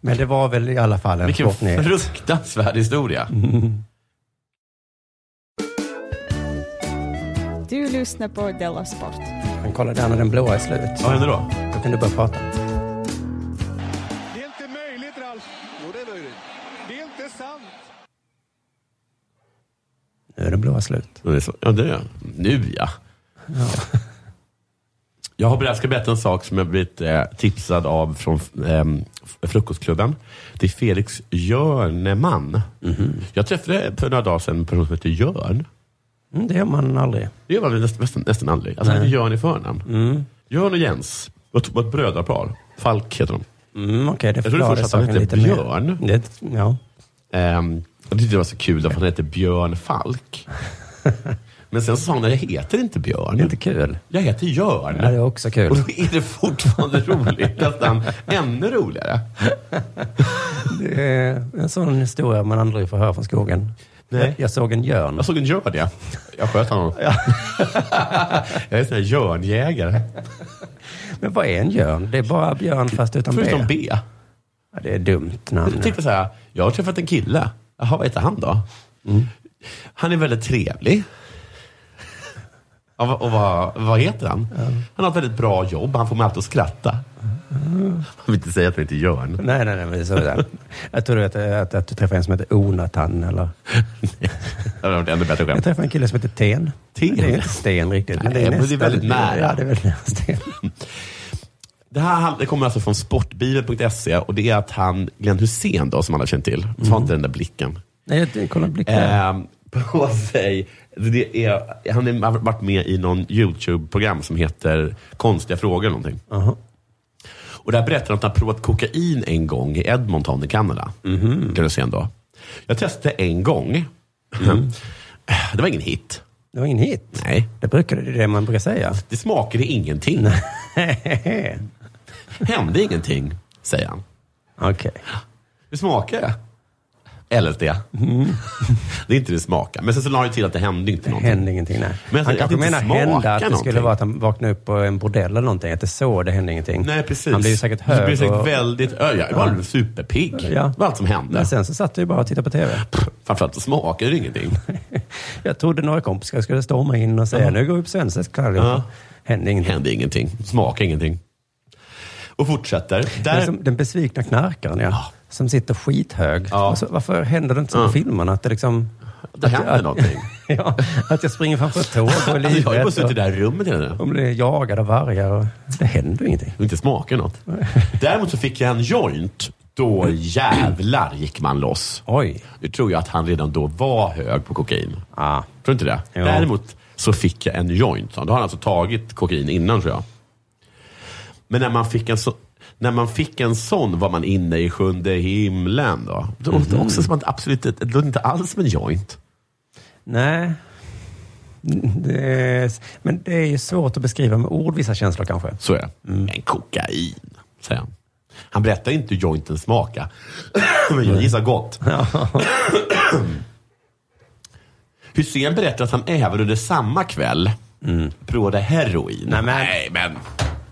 S8: men det var väl i alla fall en
S7: Vilken
S8: sportnyhet.
S7: fruktansvärd historia.
S8: Mm.
S10: Du lyssnar på Della Sport.
S8: Men kolla där när den blåa är slut.
S7: Vad händer då?
S8: Då kan du börja prata.
S11: Det är inte möjligt, Ralf. Jo, det är möjligt. Det är inte sant.
S8: Nu är den blåa slut.
S7: Och det är så- Ja, det är jag. Nu ja. Jag har jag ska berätta en sak som jag blivit eh, tipsad av från ehm, f- Frukostklubben. Det är Felix Jörneman. Jag träffade för några dagar sedan en person som heter Jörn.
S8: Mm, det gör man aldrig.
S7: Det gör man väl nästan, nästan, nästan aldrig. Alltså, han heter Jörn i förnamn. Jörn och Jens var ett, var ett brödrapar. Falk heter de.
S8: Mm, Okej, det
S7: jag trodde
S8: förklarar
S7: först att han
S8: saken
S7: hette
S8: lite mer.
S7: Björn.
S8: Det, ja.
S7: Ehm, jag tyckte det var så kul därför att han hette Björn Falk. Men sen så sa han, jag heter inte Björn.
S8: det är inte kul.
S7: Jag heter Jörn.
S8: Ja, det är också kul.
S7: Och då är det fortfarande roligt, nästan ännu roligare.
S8: Det är en sån historia man aldrig får höra från skogen.
S7: Nej.
S8: Jag, jag såg en björn.
S7: Jag såg en Jörn, ja. Jag sköt honom. jag är en sån här Jörnjägare.
S8: Men vad är en björn? Det är bara björn fast utan
S7: Förutom Typ-
S8: B.
S7: B.
S8: Ja, det är dumt namn.
S7: Jag tänkte så här, jag har träffat en kille. Jaha, vad heter han då?
S8: Mm.
S7: Han är väldigt trevlig. Ja, vad- Och vad, vad heter han? Han har ett väldigt bra jobb. Han får mig alltid att skratta. Jag vill inte säga att han heter Jörn.
S8: Nej, nej, nej. Men det är så det är. Jag tror du vet, eh, att, att du träffar en som heter Onatan eller...
S7: Det hade varit ännu bättre
S8: Jag
S7: skämt.
S8: träffade en kille som heter Ten.
S7: Ten?
S8: Det är inte Sten riktigt.
S7: Nej, men det är
S8: nästan
S7: väldigt
S8: lite-
S7: nära.
S8: Ja, det är väldigt nära Sten.
S7: Det här hand- det kommer alltså från sportbilen.se och det är att han, Glenn Hussein då, som alla känner till, mm. har inte den där blicken.
S8: Nej, jag kollar blicken.
S7: Ehm, på sig. Det är, han är- har varit med i någon YouTube-program som heter Konstiga frågor eller någonting.
S8: Jaha.
S7: Och där berättar han att han har provat kokain en gång i Edmonton i Kanada. Mm. Kan du se en dag. Jag testade en gång. Det var ingen hit.
S8: Det var ingen hit.
S7: Nej.
S8: Det, brukar, det är det man brukar säga.
S7: Det smakade ingenting.
S8: Okej.
S7: Hände ingenting, säger han. Hur smakar det? LSD. det är inte det smakar. Men sen så la han ju till att det hände inte
S8: Mm.
S7: någonting.
S8: Det hände ingenting. Nej.
S7: Men att
S8: han
S7: det
S8: kanske
S7: inte
S8: menar
S7: smakar
S8: hända, att det skulle
S7: någonting.
S8: vara att han vaknade upp på en bordell eller någonting. Att det så det hände ingenting.
S7: Nej, precis.
S8: Han blev ju säkert hög.
S7: Du blev säkert
S8: och-
S7: väldigt öja. Jag var superpigg.
S8: Ja.
S7: Det var allt som hände.
S8: Men sen så satt jag ju bara och tittade på TV.
S7: Framförallt så smakade det ingenting.
S8: Jag trodde några kompisar skulle storma in och säga nu går vi på svensex kväll.
S7: Ja.
S8: Hände ingenting.
S7: Hände ingenting. Smakade ingenting. Och fortsätter.
S8: Det är
S7: Där...
S8: som den besvikna knarkaren, ja.
S7: Ja.
S8: Som sitter skithög.
S7: Ja.
S8: Alltså, varför händer det inte som
S7: Ja.
S8: på filmerna? Att det liksom...
S7: Det händer någonting.
S8: ja, att jag springer framför ett tåg och är
S7: Alltså, jag har ju bara
S8: livrädd.
S7: suttit i det
S8: och-
S7: här rummet hela tiden.
S8: och blir jagad av vargar. och- Det händer ju ingenting.
S7: Och inte smakar något. Däremot så fick jag en joint. Då jävlar gick man loss.
S8: Oj.
S7: Nu tror jag att han redan då var hög på kokain.
S8: Ah.
S7: Tror du inte det?
S8: Jo.
S7: Däremot så fick jag en joint. Då har han alltså tagit kokain innan tror jag. Men när man fick en, så, när man fick en sån var man inne i sjunde himlen. Då. Det låter
S8: Mhm.
S7: också som att absolut, det låter inte alls som en joint.
S8: Nej. Det är, men det är ju svårt att beskriva med ord vissa känslor kanske.
S7: Så är det.
S8: Mm.
S7: Men kokain, säger han. Han berättar inte hur jointen smakar. Men jag gissar gott. Hussein berättar att han även under samma kväll provade heroin.
S8: Mm. Nej, men-
S7: men.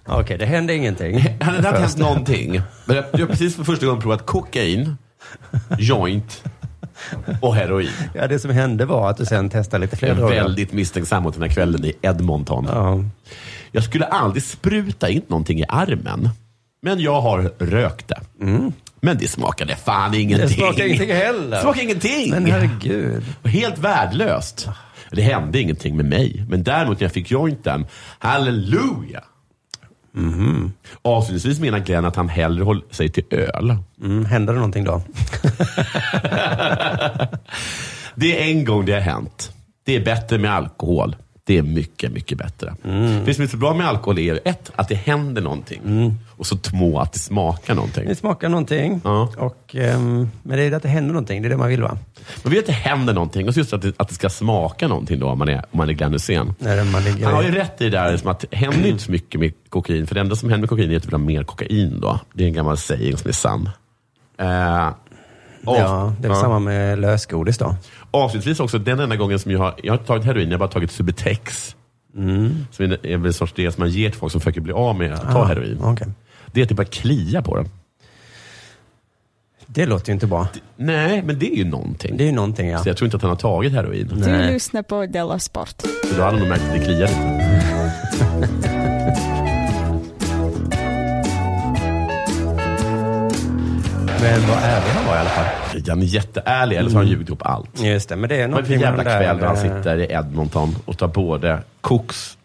S8: Okej, det hände ingenting.
S7: Det hade inte hänt
S8: Först.
S7: någonting. Men jag jag har precis för första gången provat kokain, joint och heroin.
S8: Ja, det som hände var att du sen testade lite
S7: Jag
S8: fler
S7: är
S8: droger.
S7: väldigt misstänksam mot den här kvällen i Edmonton. Jag skulle aldrig spruta in någonting i armen, men jag har rökt det. Men det smakade fan ingenting.
S8: Mm. smakade ingenting heller.
S7: Smakade ingenting.
S8: Men herregud.
S7: Och helt värdelöst. Det hände ingenting med mig, men däremot när jag fick jointen, halleluja! Mm. Avslutningsvis menar Glenn att han hellre håller sig till öl.
S8: hände Mm, det någonting då?
S7: Det är en gång det har hänt. Det är bättre med alkohol. Det är mycket, mycket bättre. Det som är så bra med alkohol är ett, att det händer någonting. Och så två, att det smakar någonting.
S8: Det smakar någonting. Och, ehm, men det är det att det händer någonting. Det är det man vill va?
S7: Man vet att det händer någonting och så just att det, att det ska smaka någonting då om man är, om man är Glenn Hysén.
S8: När man ligger
S7: Han har ju rätt i det där liksom, att det händer ju inte så mycket med kokain. För det enda som händer med kokain är att det blir mer kokain då. Det är en gammal sägning som är sann. Eh, och-
S8: Ja, det är väl samma med lösgodis då.
S7: Avslutningsvis också, den enda gången som jag har, jag har inte tagit heroin, jag har bara tagit Subutex. Som är en- är väl en sorts det som man ger till folk som försöker bli av med att ta
S8: Mm. Ah,
S7: heroin.
S8: okej.
S7: Det är typ att det bara kliar på den.
S8: Det låter ju inte bra.
S7: Nej, men det är ju någonting.
S8: Det är ju någonting ja.
S7: Så jag tror inte att han har tagit heroin.
S10: Du lyssnar på Della Sport.
S7: För då hade man märkt att det kliade.
S8: Men vad ärlig han var i alla fall.
S7: Han är jätteärlig, eller så har han ljugit ihop allt.
S8: Just det, men det är
S7: Vad är det för
S8: någonting
S7: jävla
S8: med den
S7: kväll
S8: där,
S7: när han
S8: eh,
S7: sitter i Edmonton och tar både koks,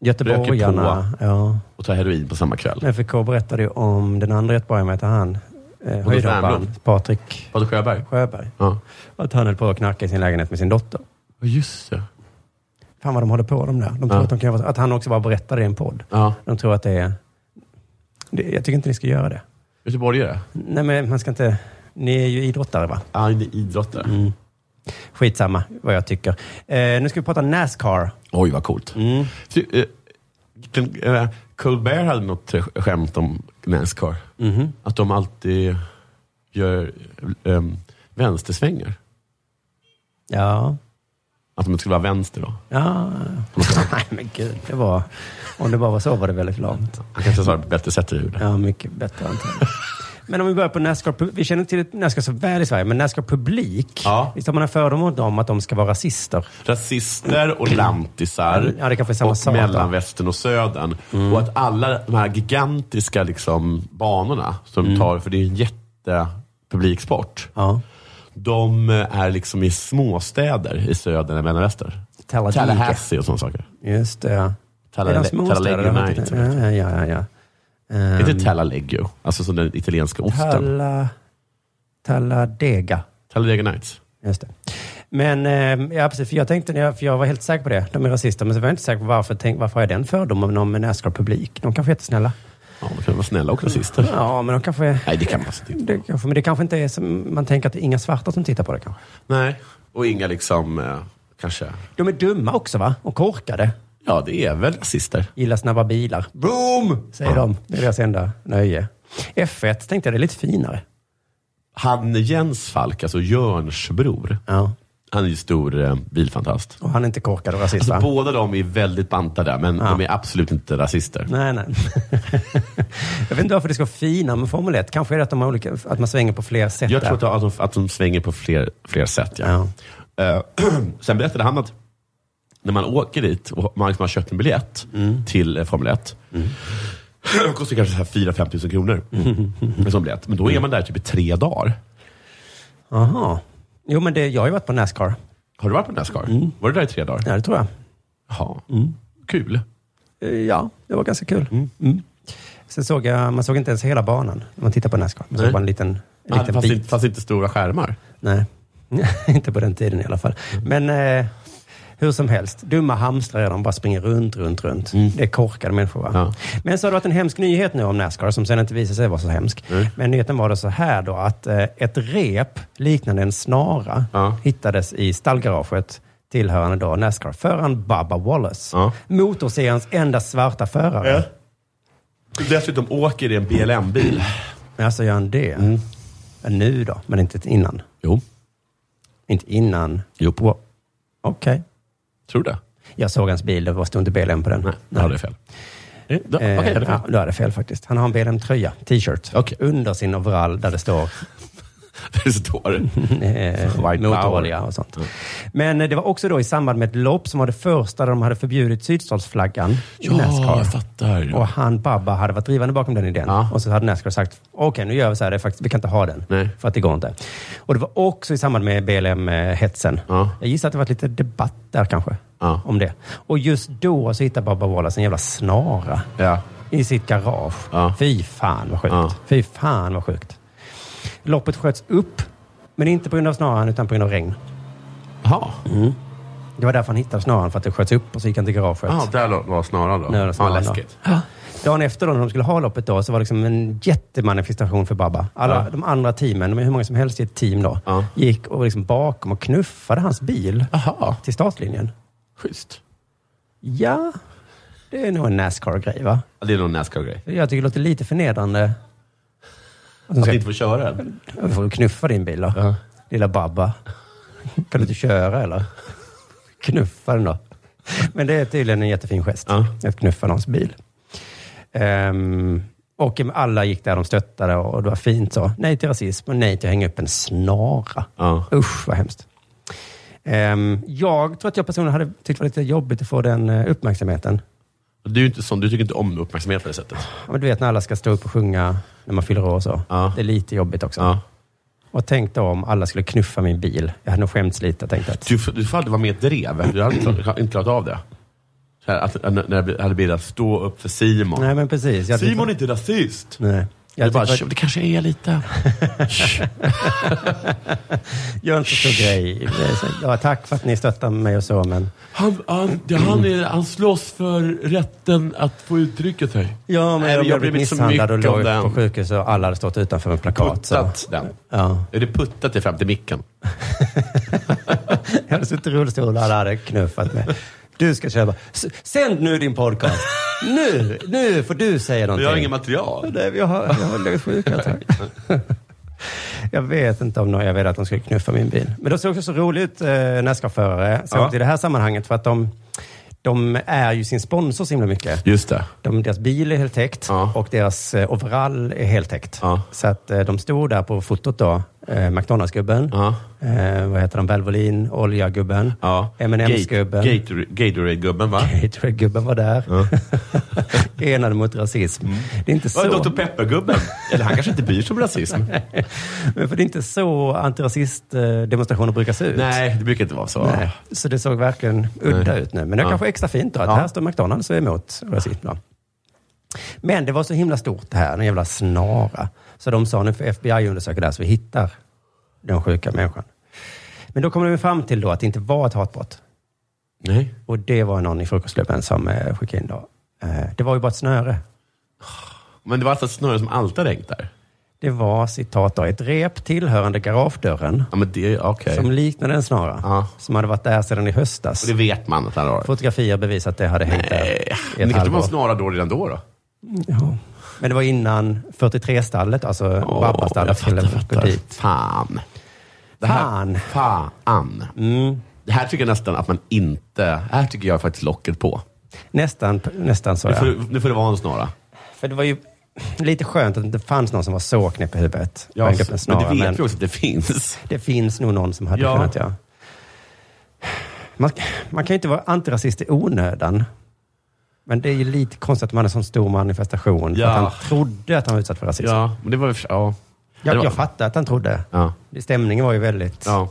S8: Göteborgarna.
S7: röker
S8: Ja.
S7: och tar heroin på samma kväll.
S8: FK berättade ju om den andra göteborgaren, vad heter han? Eh,
S7: Pontus
S8: Höjdhopparen.
S7: Wernbloom.
S8: Patrik
S7: Patrik Sjöberg?
S8: Sjöberg.
S7: Ja.
S8: Att han höll på att knarka i sin lägenhet med sin dotter.
S7: Ja, just det.
S8: Fan vad de håller på de där. De tror
S7: Ja.
S8: att, de kan, göra- att han också bara berättar det i en podd.
S7: Ja.
S8: De tror att det är... Det, jag tycker inte ni ska göra det.
S7: Göteborgare?
S8: Nej, men man ska inte... Ni är ju idrottare, va?
S7: Ja, han är idrottare.
S8: Mm. Skitsamma vad jag tycker. Eh, nu ska vi prata Nascar.
S7: Oj, vad coolt.
S8: Mm.
S7: Ty- eh, den- eh, Colbert hade något eh, skämt om Nascar.
S8: Mhm.
S7: Att de alltid gör um, vänstersvängar.
S8: Ja.
S7: Att de inte skulle vara vänster då.
S8: ja. Nej, men gud. Det var, om det bara var så var det väldigt långt.
S7: Han kanske svarar på ett bättre sätt i huvudet.
S8: Ja, mycket bättre antagligen. Men om vi börjar på Nascar. Vi känner till Nascar så väl i Sverige, men Nascar publik.
S7: Ja.
S8: Visst har man en fördom mot dem att de ska vara rasister?
S7: Rasister och lantisar.
S8: Ja, det kanske är samma
S7: och
S8: sak då. Mm.
S7: mellanvästern och södern. Och att alla de här gigantiska liksom, banorna som
S8: Mm.
S7: de tar, för det är ju en jättepubliksport.
S8: Ja.
S7: De eh, är liksom i småstäder i södern och mellanväster.
S8: Talladega.
S7: Tallahassee och sådana saker.
S8: Just det. ja.
S7: Talla-
S8: Är de små
S7: Talladega
S8: städer?
S7: Night,
S8: Ja, ja, ja. ja.
S7: Är
S8: Ehm,
S7: Inte Tallaleggio, alltså som den italienska osten.
S8: Talla... Talladega.
S7: Talladega Nights.
S8: Just det. Men eh, ja, precis, för jag tänkte, när jag- för jag var helt säker på det. De är rasister, men så var jag inte säker på varför, tänk, varför har jag den fördomen om en Nascar-publik? De kanske är jättesnälla.
S7: Ja, de kan vara snälla och rasister.
S8: Ja, men de kanske är...
S7: Nej, det kan man alltså inte.
S8: Det kanske, men det kanske inte är som man tänker att det är inga svarta som tittar på det kanske.
S7: Nej, och inga liksom, eh, kanske...
S8: De är dumma också va? Och korkade.
S7: Ja, det är väl rasister.
S8: Gillar snabba bilar.
S7: Boom!
S8: Säger de. Det är deras enda nöje. F1 tänkte jag, det är lite finare.
S7: Han Jens Falk, alltså Jörns bror,
S8: Ja.
S7: han är ju stor eh, bilfantast.
S8: Och han är inte korkad och rasist
S7: Alltså,
S8: va?
S7: båda de är väldigt bantade, men
S8: Ja.
S7: de är absolut inte rasister.
S8: Nej, nej. jag vet inte varför det ska vara fina med Formel 1. Kanske är det att, de har olika, att man svänger på fler sätt.
S7: Jag tror
S8: där.
S7: att de, att de, att de svänger på fler, fler sätt. Ja.
S8: Ja.
S7: Eh, sen berättade han att när man åker dit och man liksom har köpt en biljett till eh, Formel 1. Det kostar kanske så här 4-5 tusen kronor.
S8: Mm.
S7: En sån biljett. Men då är man där typ i tre dagar.
S8: Aha. Jo, men det, jag har ju varit på Nascar.
S7: Har du varit på Nascar? Var du där i tre dagar?
S8: Mm. Ja, Mm. det tror jag.
S7: Jaha. Kul.
S8: Eh, Ja, det var ganska kul. Mm. Sen såg jag, man såg inte ens hela banan när man tittade på Nascar. Man
S7: Nej.
S8: såg bara en liten, en
S7: Ah,
S8: liten
S7: Fast
S8: bit.
S7: inte, fast inte stora skärmar.
S8: Nej, inte på den tiden i alla fall.
S7: Mm.
S8: Men eh, hur som helst, dumma hamstrar är de, bara springer runt, runt, runt. Det är korkade människor va?
S7: Mm. Ja.
S8: Men så har det varit en hemsk nyhet nu om Nascar som sen inte visade sig vara så hemsk. Men nyheten var då så här då att eh, ett rep liknande en snara
S7: Ja.
S8: hittades i stallgaraget tillhörande då Nascar-föraren Bubba Wallace.
S7: Ja.
S8: Motorseriens enda svarta förare.
S7: Dessutom åker det en BLM-bil.
S8: Men alltså gör han det?
S7: Mm.
S8: Ja, Nu då, men inte innan?
S7: Jo.
S8: Inte innan?
S7: Jo.
S8: Okej.
S7: Tror du det?
S8: Jag såg hans bil, det var- stod inte BLM på den. Nej,
S7: då hade jag fel. Eh, då- okej, jag hade fel.
S8: ja, då hade jag fel faktiskt. Han har en BLM-tröja, t-shirt, under sin overall där det står eh,
S7: Det står White
S8: motorolja
S7: power.
S8: och sånt. Men eh, det var också då i samband med ett lopp som var det första där de hade förbjudit sydstatsflaggan
S7: Ja,
S8: i Nascar.
S7: jag fattar.
S8: Och han, Babba, hade varit drivande bakom den idén. Och så hade Nascar sagt, okej nu gör vi så här, det är faktiskt, vi kan inte ha den. För att det går inte. Och det var också i samband med BLM-hetsen. Jag gissar att det var lite debatt där kanske. Om det. Och just då så hittade Babba Wallace en jävla snara. I sitt garage. Fy fan vad sjukt. Fy fan vad sjukt. Loppet sköts upp, men inte på grund av snaran utan på grund av regn.
S7: Jaha.
S8: Mm. Det var därför han hittade snaran, för att det sköts upp och så gick han till garaget.
S7: Ja, där lå- var snaran då.
S8: Nu är det snaran
S7: ja,
S8: då.
S7: läskigt.
S8: Dagen efter då, när de skulle ha loppet då, så var det liksom en jättemanifestation för Babba. Alla
S7: Ja.
S8: de andra teamen, de är hur många som helst i ett team då, gick och liksom bakom och knuffade hans bil till startlinjen.
S7: Schysst.
S8: Ja, det är nog en Nascar-grej va?
S7: Ja, Det är nog en Nascar-grej.
S8: Jag tycker det låter lite förnedrande.
S7: Att inte få köra den.
S8: Du får knuffa din bil då. Lilla Babba. Kan du inte köra eller? Knuffa den då. Men det är tydligen en jättefin gest. Att knuffa någons bil. Ehm, och alla gick där, de stöttade och det var fint så. Nej till rasism och nej till att hänga upp en snara. Usch vad hemskt. Ehm, jag tror att jag personligen hade tyckt det var lite jobbigt att få den eh, uppmärksamheten.
S7: Du är ju inte sån, du tycker inte om uppmärksamhet på det sättet.
S8: Ja, men du vet när alla ska stå upp och sjunga när man fyller år och så. Det är lite jobbigt också. Och tänk då om alla skulle knuffa min bil. Jag hade nog skämts lite. Jag tänkte att...
S7: Du, f- du får aldrig vara med i drev. Du hade inte klarat- inte klarat av det. Så här, att, när när det hade blivit att stå upp för Simon.
S8: Nej, men precis. Jag
S7: Simon är inte rasist.
S8: Nej.
S7: Jag
S8: Jag
S7: det, bara,
S8: tyckte-
S7: "Tjo, det kanske är lite.
S8: Gör inte så grej. Ja, tack för att ni stöttar mig och så, men...
S7: Han, han, det, han, är, han slåss för rätten att få uttrycka sig.
S8: Ja, men
S7: Nej,
S8: jag,
S7: har
S8: blev
S7: blivit så
S8: misshandlad och
S7: mycket om
S8: låg på
S7: den.
S8: sjukhus och alla hade stått utanför med plakat. Så.
S7: Puttat den.
S8: Ja.
S7: Är det puttat det fram till micken?
S8: Jag hade suttit i rullstol och alla hade knuffat mig. Du ska köpa. S- Sänd nu din podcast. Nu, nu får du säga någonting.
S7: Jag har inget material.
S8: Nej, jag har, jag har legat sjuk ett tag. Jag vet inte om någon, jag vet att de skulle knuffa min bil. Men de såg också så roligt ut, eh, Nascar-förare, såg
S7: Ja.
S8: ut i det här sammanhanget. För att de, de är ju sin sponsor så himla mycket.
S7: Just det.
S8: De, deras bil är heltäckt och deras eh, overall är heltäckt. Så att eh, de stod där på fotot då, eh, McDonalds-gubben, eh, vad heter han, Valvolin, Olja-gubben, M&M's-gubben.
S7: Gate- Gator- Gatorade-gubben va?
S8: Gatorade-gubben var där. Enade mot rasism. Det är inte
S7: Ja,
S8: så...
S7: Dr. Pepper-gubben. Eller han kanske inte bryr sig om rasism.
S8: Men för det är inte så antirasistdemonstrationer brukar se ut.
S7: Nej, det brukar inte vara så.
S8: Nej. Så det såg verkligen udda
S7: Nej.
S8: ut nu. Men det
S7: Ja.
S8: kanske är extra fint då, att
S7: Ja.
S8: här står McDonalds och är emot rasism. då. Men det var så himla stort det här, den jävla snara. Så de sa, nu får FBI undersöka det här så vi hittar den sjuka människan. Men då kom de ju fram till då att det inte var ett hatbrott.
S7: Nej.
S8: Och det var någon i frukostklubben som eh, skickade in då. Eh, det var ju bara ett snöre.
S7: Men det var alltså ett snöre som alltid har hängt där?
S8: Det var, citat då, ett rep tillhörande garagedörren.
S7: Ja, men det, okay.
S8: Som liknade en snara. Som hade varit där sedan i höstas.
S7: Och det vet man att han har.
S8: Fotografier bevisar att det hade hängt där i ett
S7: Men det kanske
S8: halvår.
S7: var snarare då redan då? då?
S8: Ja. Men det var innan 43-stallet, alltså Babbastallet, skulle gå dit.
S7: Fan. Det här,
S8: Fan.
S7: Fan.
S8: Mm.
S7: Det här tycker jag nästan att man inte... Här tycker jag faktiskt locket på.
S8: Nästan, nästan så,
S7: nu, får,
S8: ja.
S7: det- nu får det vara en snara.
S8: För det var ju lite skönt att det inte fanns någon som var så knäpp i huvudet.
S7: Ja,
S8: och hängde upp
S7: så-
S8: en
S7: men
S8: snara,
S7: det vet vi också att det finns.
S8: Det finns nog någon som hade
S7: Ja.
S8: kunnat, ja. Man, man kan ju inte vara antirasist i onödan. Men det är ju lite konstigt att man är en sån stor manifestation. För
S7: Ja.
S8: att han trodde att han var utsatt för rasism.
S7: Ja, men det var... Ja.
S8: Jag,
S7: det var,
S8: jag fattar att han trodde.
S7: Ja.
S8: Stämningen var ju väldigt...
S7: Ja.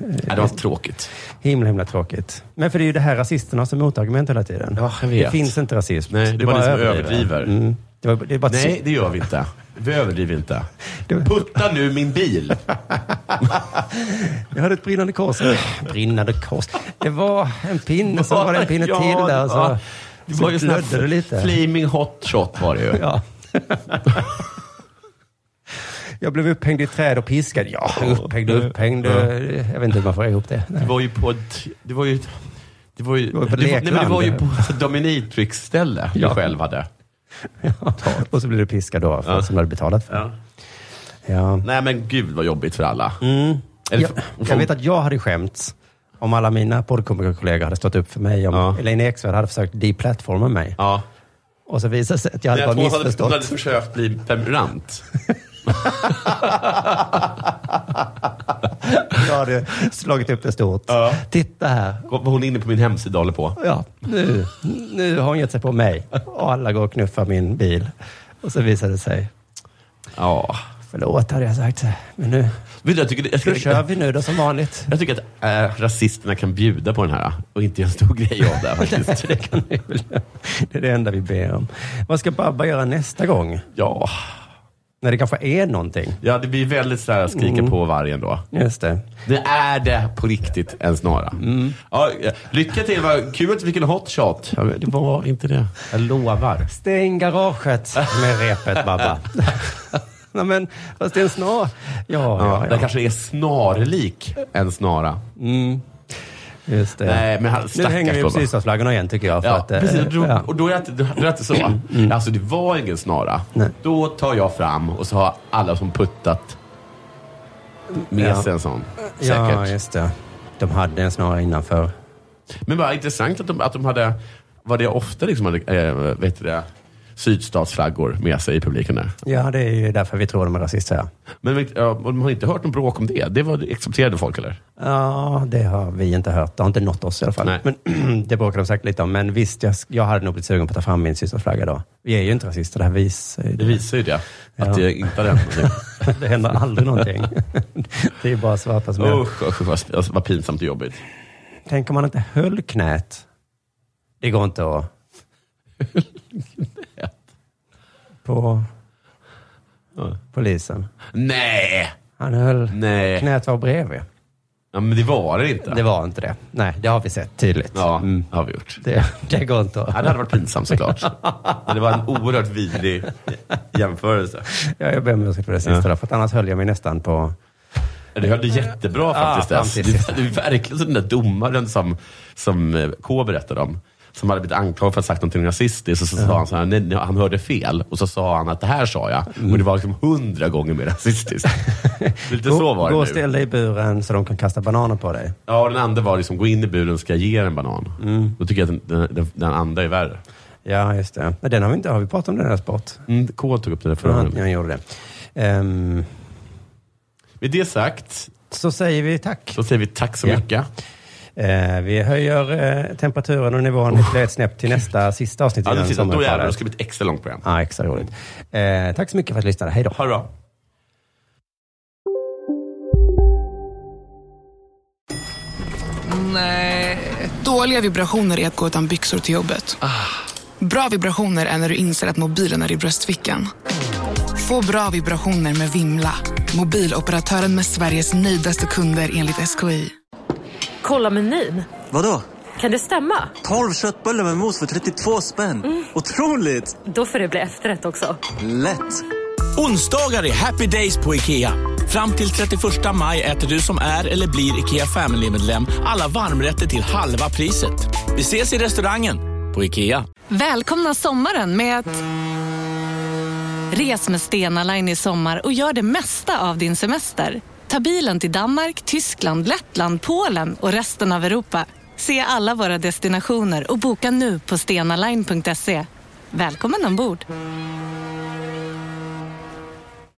S7: Nej, det var tråkigt.
S8: Himla, himla tråkigt. Men för det är ju det här rasisterna som motargument hela tiden.
S7: Ja, jag vet.
S8: Det finns inte rasism.
S7: Nej, det
S8: Du
S7: var ni som
S8: överdriver.
S7: överdriver.
S8: Mm. Det var, det var bara
S7: Nej, det gör vi inte. Vi överdriver inte. Putta nu min bil!
S8: Jag hade ett brinnande kors. brinnande kors. Det var en pinne, så var det en pinne
S7: Ja,
S8: till där. Så,
S7: ja. Det var ju
S8: så
S7: sån här
S8: glödde det lite.
S7: Flaming hot shot var det ju.
S8: Ja. Jag blev upphängd i ett träd och piskad. Ja, upphängd och upphängd.
S7: Ja.
S8: Jag vet inte hur man får ihop det.
S7: Det var ju på ett... Det var ju... ett- Det var ju, det
S8: var på
S7: nej, men det var ju på
S8: lekland.
S7: ett dominatrix-ställe
S8: Ja.
S7: du själv hade.
S8: Och så blev du piskad då, för som du hade betalat för.
S7: Ja.
S8: Ja.
S7: Nej men gud vad jobbigt för alla.
S8: Mm.
S7: Eller
S8: Jag,
S7: för-
S8: jag vet att jag hade skämts om alla mina poddkomikerkollegor hade stått upp för mig, om
S7: Ja.
S8: Elaine Eksvärd hade försökt deplattforma mig.
S7: Ja.
S8: Och så visade det sig att jag hade
S7: Men tror
S8: bara
S7: hon hade-
S8: missförstått.
S7: Hon hade försökt bli prenumerant.
S8: Jag hade slagit upp det stort. Titta här.
S7: Vad hon är inne på min hemsida och håller på.
S8: Ja, nu, nu har hon gett sig på mig. Och alla går och knuffar min bil. Och så visade det sig.
S7: Ja.
S8: Förlåt, hade jag sagt. Men nu,
S7: Vet du, jag tycker, jag
S8: nu
S7: tycker,
S8: kör vi nu då som vanligt.
S7: Jag tycker att äh, rasisterna kan bjuda på den här och inte göra en stor grej av det här, faktiskt.
S8: det, kan vi väl. det är det enda vi ber om. Vad ska Babba göra nästa gång?
S7: Ja.
S8: När det kanske är någonting.
S7: Ja, det blir väldigt så här skrika
S8: Mm.
S7: på vargen då.
S8: Just det.
S7: Det är det på riktigt en snara.
S8: Mm.
S7: Ja, lycka till, vad kul att vi fick en hot shot. Ja, men det var inte det, jag lovar.
S8: Stäng garaget med repet, Babba. Nej, men fast det är en snar... Ja,
S7: Ja,
S8: ja,
S7: Den
S8: ja.
S7: kanske är snarlik en snara.
S8: Just det.
S7: Nej, men han-
S8: nu
S7: stackars
S8: hänger vi
S7: Babba.
S8: upp systerflaggorna igen tycker jag. För
S7: Ja,
S8: att, eh,
S7: precis. Då,
S8: ja. Mm.
S7: Och då är det inte, då är det inte så. Alltså, det var ingen snara. Då tar jag fram och så har alla som puttat med
S8: Ja.
S7: sig en sån. Säkert.
S8: ja, just det. De hade en snara innanför.
S7: Men bara intressant att de, att de hade, var det ofta liksom hade, eh, vet du det, sydstatsflaggor med sig i publiken där.
S8: Ja, det är ju därför vi tror de är rasister. Ja.
S7: Men vet- ja, och de har inte hört någon bråk om det? Det var, det accepterade folk eller?
S8: Ja, det har vi inte hört. Det har inte nått oss i alla fall. Men, det bråkar de säkert lite om. Men visst, jag, jag hade nog blivit sugen på att ta fram min systers flagga då. Vi är ju inte rasister, det här visar ju
S7: Det visar ju det. Att det inte hade hänt någonting.
S8: det händer aldrig någonting. det är ju bara svarta som gör.
S7: Usch, usch, usch, vad, alltså, vad pinsamt och jobbigt.
S8: Tänk om man inte höll knät. Det går inte att... På polisen.
S7: Nej!
S8: Han höll...
S7: Nej.
S8: Knät var bredvid.
S7: Ja, men det var Mm. det inte.
S8: Det var inte det. Nej, det har vi sett tydligt. Mm.
S7: Ja, det har vi gjort.
S8: Det, det går inte att...
S7: Ja, det hade varit pinsamt såklart. Men det var en oerhört vidrig jämförelse.
S8: Ja, jag ber om ursäkt för det sista,
S7: Ja.
S8: där, för att annars höll jag mig nästan på...
S7: Du hörde jättebra
S8: Ja,
S7: faktiskt.
S8: fram
S7: Tess. det,
S8: till sista.
S7: det är verkligen som den där domaren som, som eh, K berättade om. Som hade blivit anklagad för att ha sagt någonting rasistiskt. Och så sa han så här, nej, nej, han hörde fel. Och så sa han att det här sa jag. Och det var liksom hundra gånger mer rasistiskt. Lite så var
S8: gå
S7: det
S8: och
S7: nu.
S8: ställ dig i buren så de kan kasta bananer på dig.
S7: Ja, och den andra var liksom, gå in i buren och ska jag ge er en banan.
S8: Mm.
S7: Då tycker jag att den, den, den andra är värre.
S8: Ja, just det. Men den har vi inte... Har vi pratat om den här sport?
S7: Mm, K tog upp det där förra
S8: Ja,
S7: gången.
S8: jag gjorde det. Ehm,
S7: Med det sagt,
S8: så säger vi tack.
S7: så säger vi tack så
S8: Ja.
S7: mycket.
S8: Eh, vi höjer eh, temperaturen och nivån ytterligare ett snäpp till nästa sista avsnitt
S7: Oh. Ja, nu
S8: innan
S7: finns det. Då
S8: sommaren
S7: jävlar,
S8: faller.
S7: då ska det bli ett extra långt program.
S8: Ja, extra roligt. Eh, tack så mycket för att du lyssnade. Hej då.
S7: Ha det bra.
S4: Nej. Dåliga vibrationer är att gå utan byxor till jobbet.
S1: Ah.
S4: Bra vibrationer är när du inser att mobilen är i bröstfickan. Få bra vibrationer med Vimla. Mobiloperatören med Sveriges nöjdaste kunder enligt SKI.
S12: Kolla menyn.
S13: Vadå?
S12: Kan det stämma?
S13: 12 köttbullar med mos för 32 spänn.
S2: Mm.
S13: Otroligt!
S12: Då får det bli efterrätt också.
S13: Lätt!
S2: Onsdagar är happy days på IKEA. Fram till 31 maj äter du som är eller blir IKEA Family-medlem alla varmrätter till halva priset. Vi ses i restaurangen på IKEA.
S9: Välkomna sommaren med att... Res med Stena Line i sommar och gör det mesta av din semester. Ta bilen till Danmark, Tyskland, Lettland, Polen och resten av Europa. Se alla våra destinationer och boka nu på stenaline.se. Välkommen ombord!